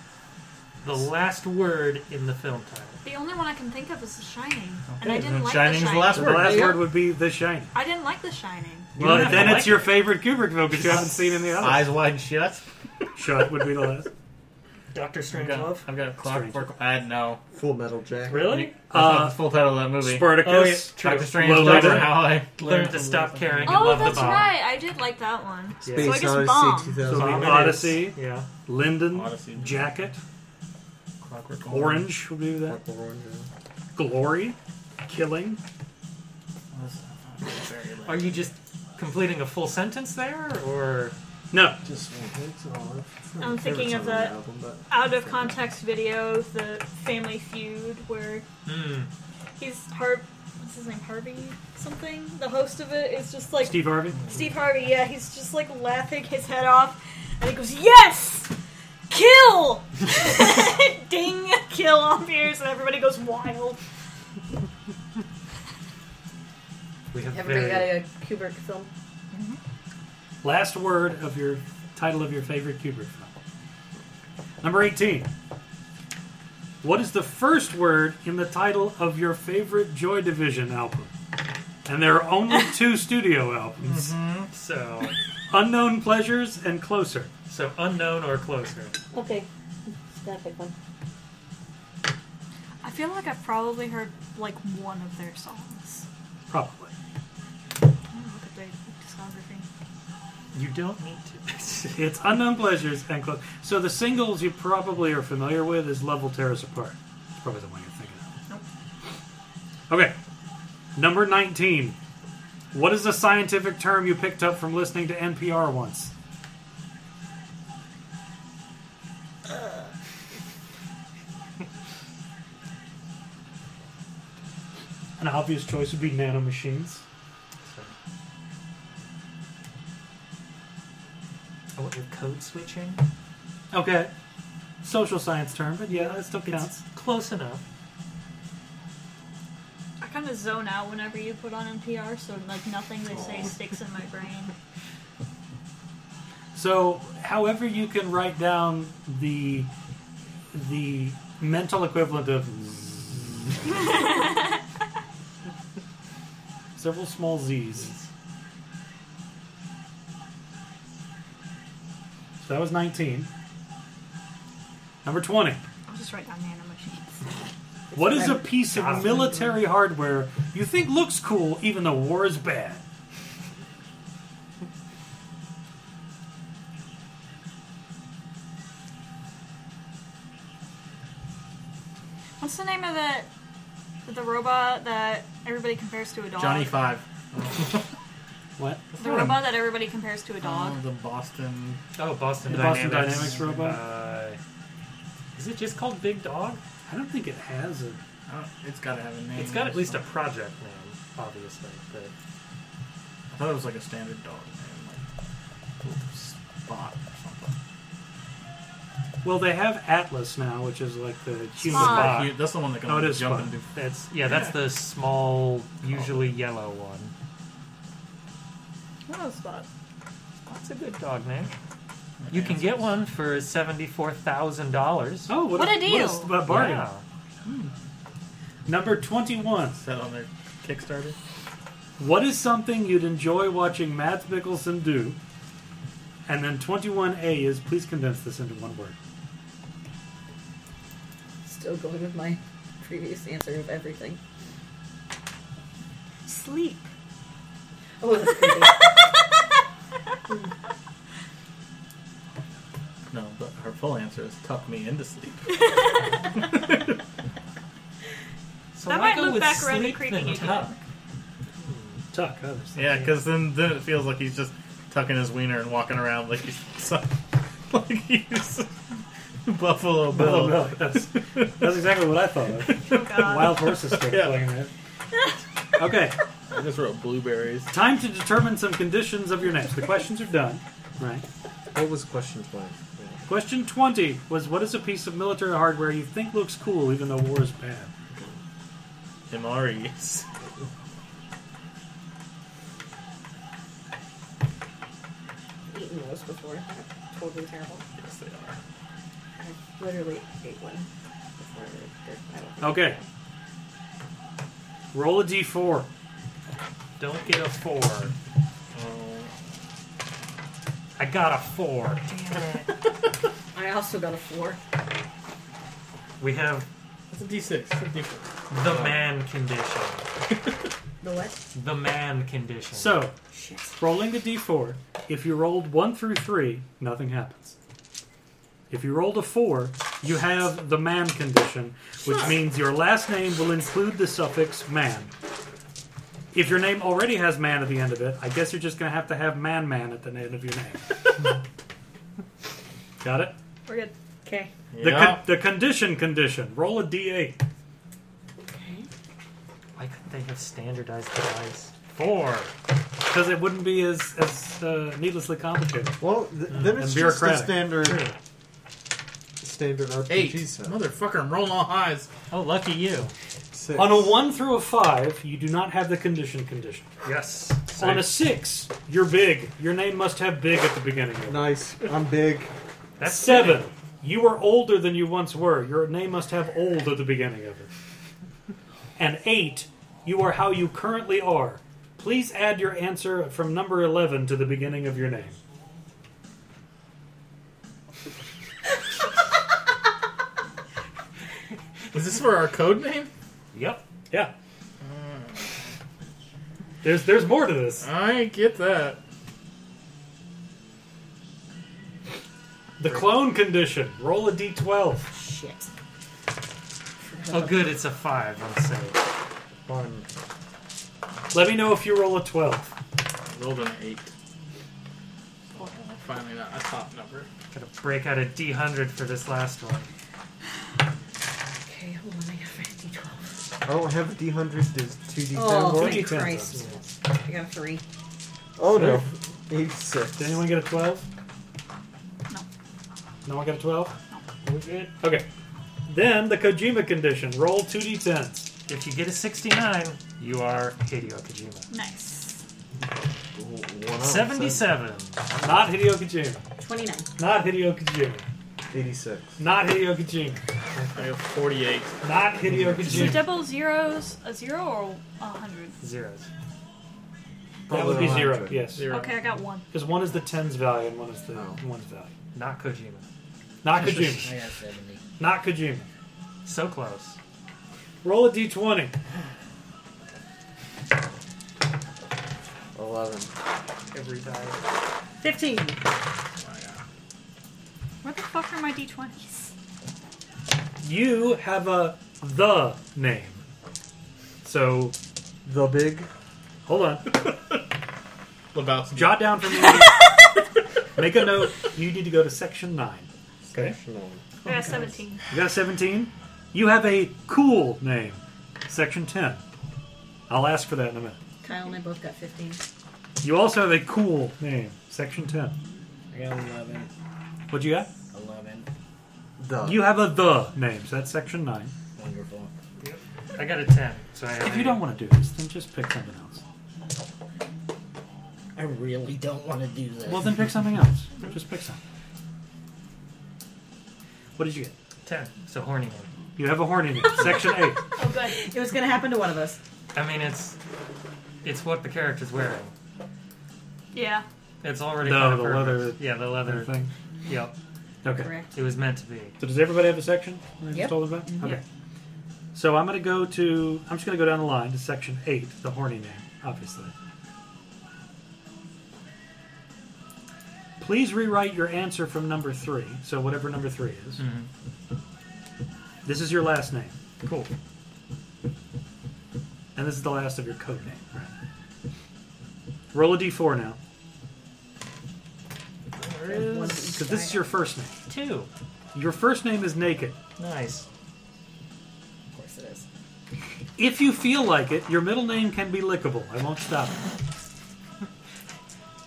The last word in the film title.
The only one I can think of is The Shining, and
Okay,
I didn't
then
like
Shining's the
The Shining.
last
So
word.
the last
Yeah.
word would be The Shining.
I didn't like The Shining.
You
well,
don't have
then
to
it's
like
your
it.
favorite Kubrick film because you haven't seen any others.
Eyes wide shut.
Shut would be the last.
Doctor
I've got, I've got a clockwork. I know.
Full Metal Jacket.
Really? Uh-huh.
That's not
Uh,
the full title of that movie.
Oh, yeah.
Spartacus.
Doctor
True.
Strange.
Lolita.
Doctor How I
Learn to stop caring and
Oh,
love
that's
the bomb.
right. I did like that one.
Yeah.
Space
So I guess
Odyssey
bomb.
2000.
So-
Bomb it
Odyssey.
is. Yeah.
Linden.
Odyssey.
Jacket.
Clockwork
Orange would be that.
Purple Orange.
Glory. Killing.
Are you just completing a full sentence there, or
No.
Just one. It's all right. It's not
I'm
my favorite
thinking of
song on
that.
album, but-
Out of context video, the Family Feud, where
Hmm.
he's Har What's his name? Harvey something. The host of it is just like
Steve Harvey.
Steve Harvey. Yeah, he's just like laughing his head off, and he goes, "Yes, kill, ding, kill on Pierce," and everybody goes wild.
we have
Everybody
very
got a Kubrick film.
Last word of your title of your favorite Kubrick film. Number 18. What is the first word in the title of your favorite Joy Division album? And there are only two studio albums
so
Unknown Pleasures and Closer.
so unknown or closer?
Okay. Gotta pick one.
I feel like I've probably heard like one of their songs.
Probably.
I'm gonna Look at their discography.
You don't need to.
It's Unknown Pleasures and Closer. So the singles you probably are familiar with is Love Will Tear Us Apart. It's probably the one you're thinking of. Okay. Number 19. What is the scientific term you picked up from listening to NPR once?
Uh.
An obvious choice would be nanomachines.
Oh, what, with code switching?
Okay. Social science term, but yeah, that still counts.
Close enough.
I kind of zone out whenever you put on NPR, so like nothing they say sticks in my brain.
So, however, you can write down the the mental equivalent of several small z's. So that was nineteen. Number twenty.
I'll just write down nanomachines.
What is a piece of military hardware you think looks cool even though war is bad?
What's the name of that the robot that everybody compares to a dog?
Johnny Five.
What?
The robot that everybody compares to a dog.
Oh, the Boston.
Oh, Boston
The
Dynamics.
Boston Dynamics robot?
Uh, is it just called Big Dog?
I don't think it has a.
I don't- It's got to have a name.
It's got at least a
I
project name, obviously. But
thought it was like a standard dog name, like Spot or something.
Well, they have Atlas now, which is like the human
Spot.
bot.
You- That's the one that can
Oh, it
only
is
jump
Spot.
and do.
that's yeah, that's the small, usually yellow one.
What was that?
That's a good dog name. You can get one for seventy-four thousand dollars.
Oh, what,
What a deal.
s- a bargain! Number twenty-one.
Is that on their Kickstarter?
What is something you'd enjoy watching Mads Mikkelsen do? And then twenty-one A is please condense this into one word.
Still going with my previous answer of everything.
Sleep.
Oh, that's creepy.
No, but her full answer is tuck me into sleep.
So why
That might
go
loop
with
back around to
sleep
creeping
then
again.
tuck?
Tuck. Oh, there's-
Yeah, because then, then it feels like he's just tucking his wiener and walking around like he's some- like he's Buffalo Bill.
Bill, Bill, Oh, That's, that's exactly what I thought of.
Oh god.
Wild horses start
Yeah.
playing it. Okay.
I just wrote blueberries.
Time to determine some conditions of your names. The questions are done. Right.
What was question 20?
Question 20 was what is a piece of military hardware you think looks cool even though war is bad?
MREs.
I've eaten those before. They're Totally terrible.
Yes, they are.
I literally ate one before. They're- I don't think-
Okay. Roll a d4.
Don't get a four.
Oh,
I got a four.
I also got a four.
We have
it's a D6. It's a D4.
the man condition.
The what?
The man condition.
So,
Shit.
rolling the d4, if you rolled 1 through 3, nothing happens. If you rolled a 4, you have the man condition, which means your last name will include the suffix man. If your name already has man at the end of it, I guess you're just going to have to have man man at the end of your name. Got it?
We're good. Okay.
The,
Yeah.
con- the condition condition. Roll a d8.
why couldn't they have standardized the dice? Four.
Because it wouldn't be as, as uh, needlessly complicated.
Well, th- then
Mm, and
it's just the
bureaucratic.
standard standard RPG
Eight.
set.
Motherfucker, I'm rolling all highs.
Oh, lucky you.
Six.
On a 1 through a 5, you do not have the condition condition.
Yes.
On a 6, you're big. Your name must have big at the beginning. Of it.
Nice. I'm big.
That's
7. You are older than you once were. Your name must have old at the beginning of it. And 8. You are how you currently are. Please add your answer from number 11 to the beginning of your name.
Is this for our code name?
Yep.
Yeah. There's there's more to this.
I get that.
The clone condition. Roll a d12.
Shit.
Oh, good. It's a five. I'm safe.
One.
Let me know if you roll a 12.
Rolled an eight. Finally, not a top number.
Gotta break out a D100 for this last one.
Okay, hold on. I gotta find D12.
Oh, I don't have a D100. There's 2D10
Oh,
rolls.
thank Christ. I got a three.
Oh, no. He's sick.
Did anyone get a 12? No. No one got a 12? No. We're good? Okay. Then the Kojima condition. Roll 2d10s.
If you get a 69, you are Hideo Kojima.
Nice.
Wow,
77.
Oh, Not Hideo Kojima.
29.
Not Hideo Kojima.
86.
Not Hideo Kojima.
I have 48.
Not Hideo
So
Kojima.
double zeros, a zero or a hundred?
Zeros.
That would be
Probably
zero,
100.
yes.
Zero.
Okay, I got one.
Because one is the tens value and one is the
Oh.
ones value.
Not Kojima.
Not
I
Kojima.
got 70.
Not Kojima.
So close.
Roll a d20.
11.
Every time.
15.
Where the fuck are my d20s?
You have a the name. So
The big.
hold on.
Lebowski.
Jot down for me. Make a note. You need to go to section nine. Okay.
Oh,
I got 17.
You got a 17. You have a cool name. Section 10. I'll ask for that in a minute.
Kyle and I both got 15.
You also have a cool name. Section 10.
I got 11.
What you got?
11.
The.
You have a the name, so that's section 9.
Wonderful.
I got a 10, so I have
If
a-
you don't want to do this, then just pick something else.
I really don't want to do this.
Well, then pick something else. Just pick something. What did you get?
10, so horny name.
You have a horny name. section 8.
Oh, good.
It was going to happen to one of us.
I mean, it's it's what the character's wearing.
Yeah.
It's already
No,
kind of
the
perfect.
leather-
Yeah, the leather.
Thing.
Yep,
Okay.
Correct.
it was meant to be.
So does everybody have a section? I just
Yep. Mm-hmm.
told them about? Okay.
Yeah.
So I'm going to go to I'm just going to go down the line to section eight, the horny name, obviously. Please rewrite your answer from number three. So whatever number three is,
Mhm.
this is your last name,
Cool.
and this is the last of your code name. Right. Roll a d4 now,
One to each
because this is
side.
your first name.
Two.
Your first name is Naked.
Nice.
Of course it is.
If you feel like it, your middle name can be Lickable. I won't stop. it.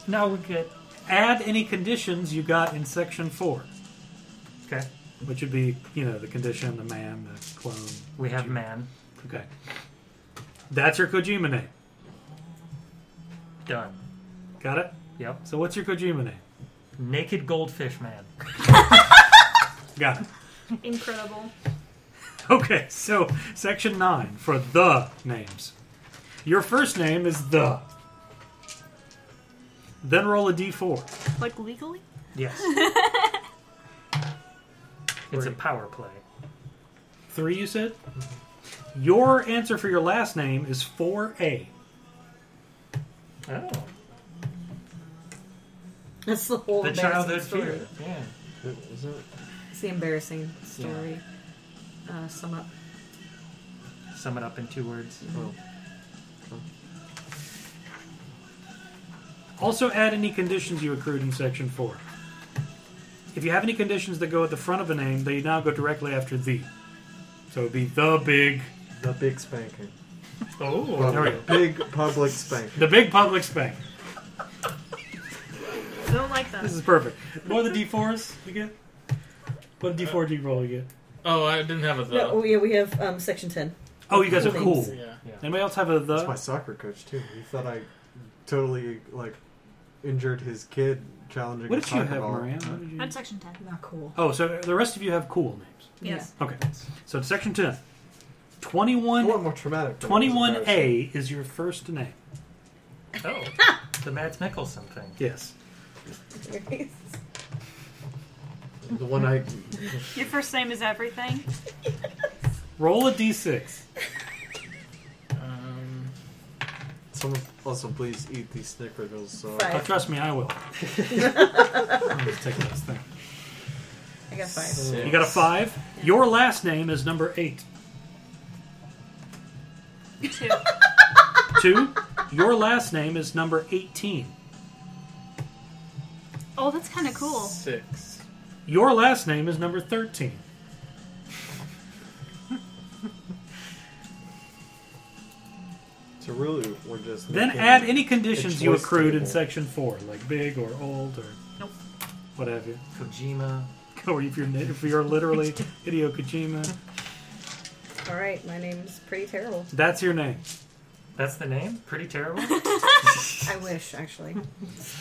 Now we're good.
Add any conditions you got in section four.
Okay.
Which would be, you know, the condition, the man, the clone.
We have
Kojima.
man.
Okay. That's your Kojima name.
Done.
Got it?
Yep.
So what's your Kojima name?
Naked goldfish man.
Got it.
Incredible.
Okay, so section nine for the names. Your first name is the. Then roll a d4.
Like legally?
Yes. it's a power play.
Three, you said? Your answer for your last name is 4a.
Oh.
That's the whole
The
embarrassing
childhood
story.
fear. Yeah.
It's the embarrassing story. Uh, sum up.
Sum it up in two words.
Also, add any conditions you accrued in section 4. If you have any conditions that go at the front of a name, they now go directly after the. So it'd be the big,
The big spanking.
Oh.
there we
The
go.
big public spanking.
the big public spank.
I don't like that.
This is perfect. What are the d4s you get? What d4 do you roll you get?
Oh, I didn't have a the.
No, oh, yeah, we have um, section 10.
Oh, you guys are
Cool
cool.
names.
Yeah.
Anybody else have a
That's my
the?
soccer coach, too. He thought I totally, like, injured his kid challenging
What
a
did you
soccer
have,
ball.
Marianne? What
Mm.
did you-
I'm section 10.
Not cool.
Oh, so the rest of you have cool names.
Yes.
Okay. So it's section 10. 21,
I want more traumatic. than it was embarrassing.
21A is your first name.
Oh. the Mads Mikkelsen thing.
Yes.
The one I.
Your first name is everything.
Roll a d6.
Um,
Someone also please eat these Snickerdoodles. So
Oh,
Five.
trust me, I will. I'm just taking this thing.
I got five.
You got a five. Your last name is number eight.
Two.
Two. Your last name is number 18.
Oh, that's kind of cool.
Six.
Your last name is number 13.
So really, we're just
Then
making
add
a-
any
a
conditions you
choice
accrued in
table.
section 4, like big or old or
Nope.
whatever.
Kojima.
Or if you're, if you're literally Hideo Kojima.
All right, my name's pretty terrible.
That's your name.
That's the name? Pretty terrible?
I wish, actually.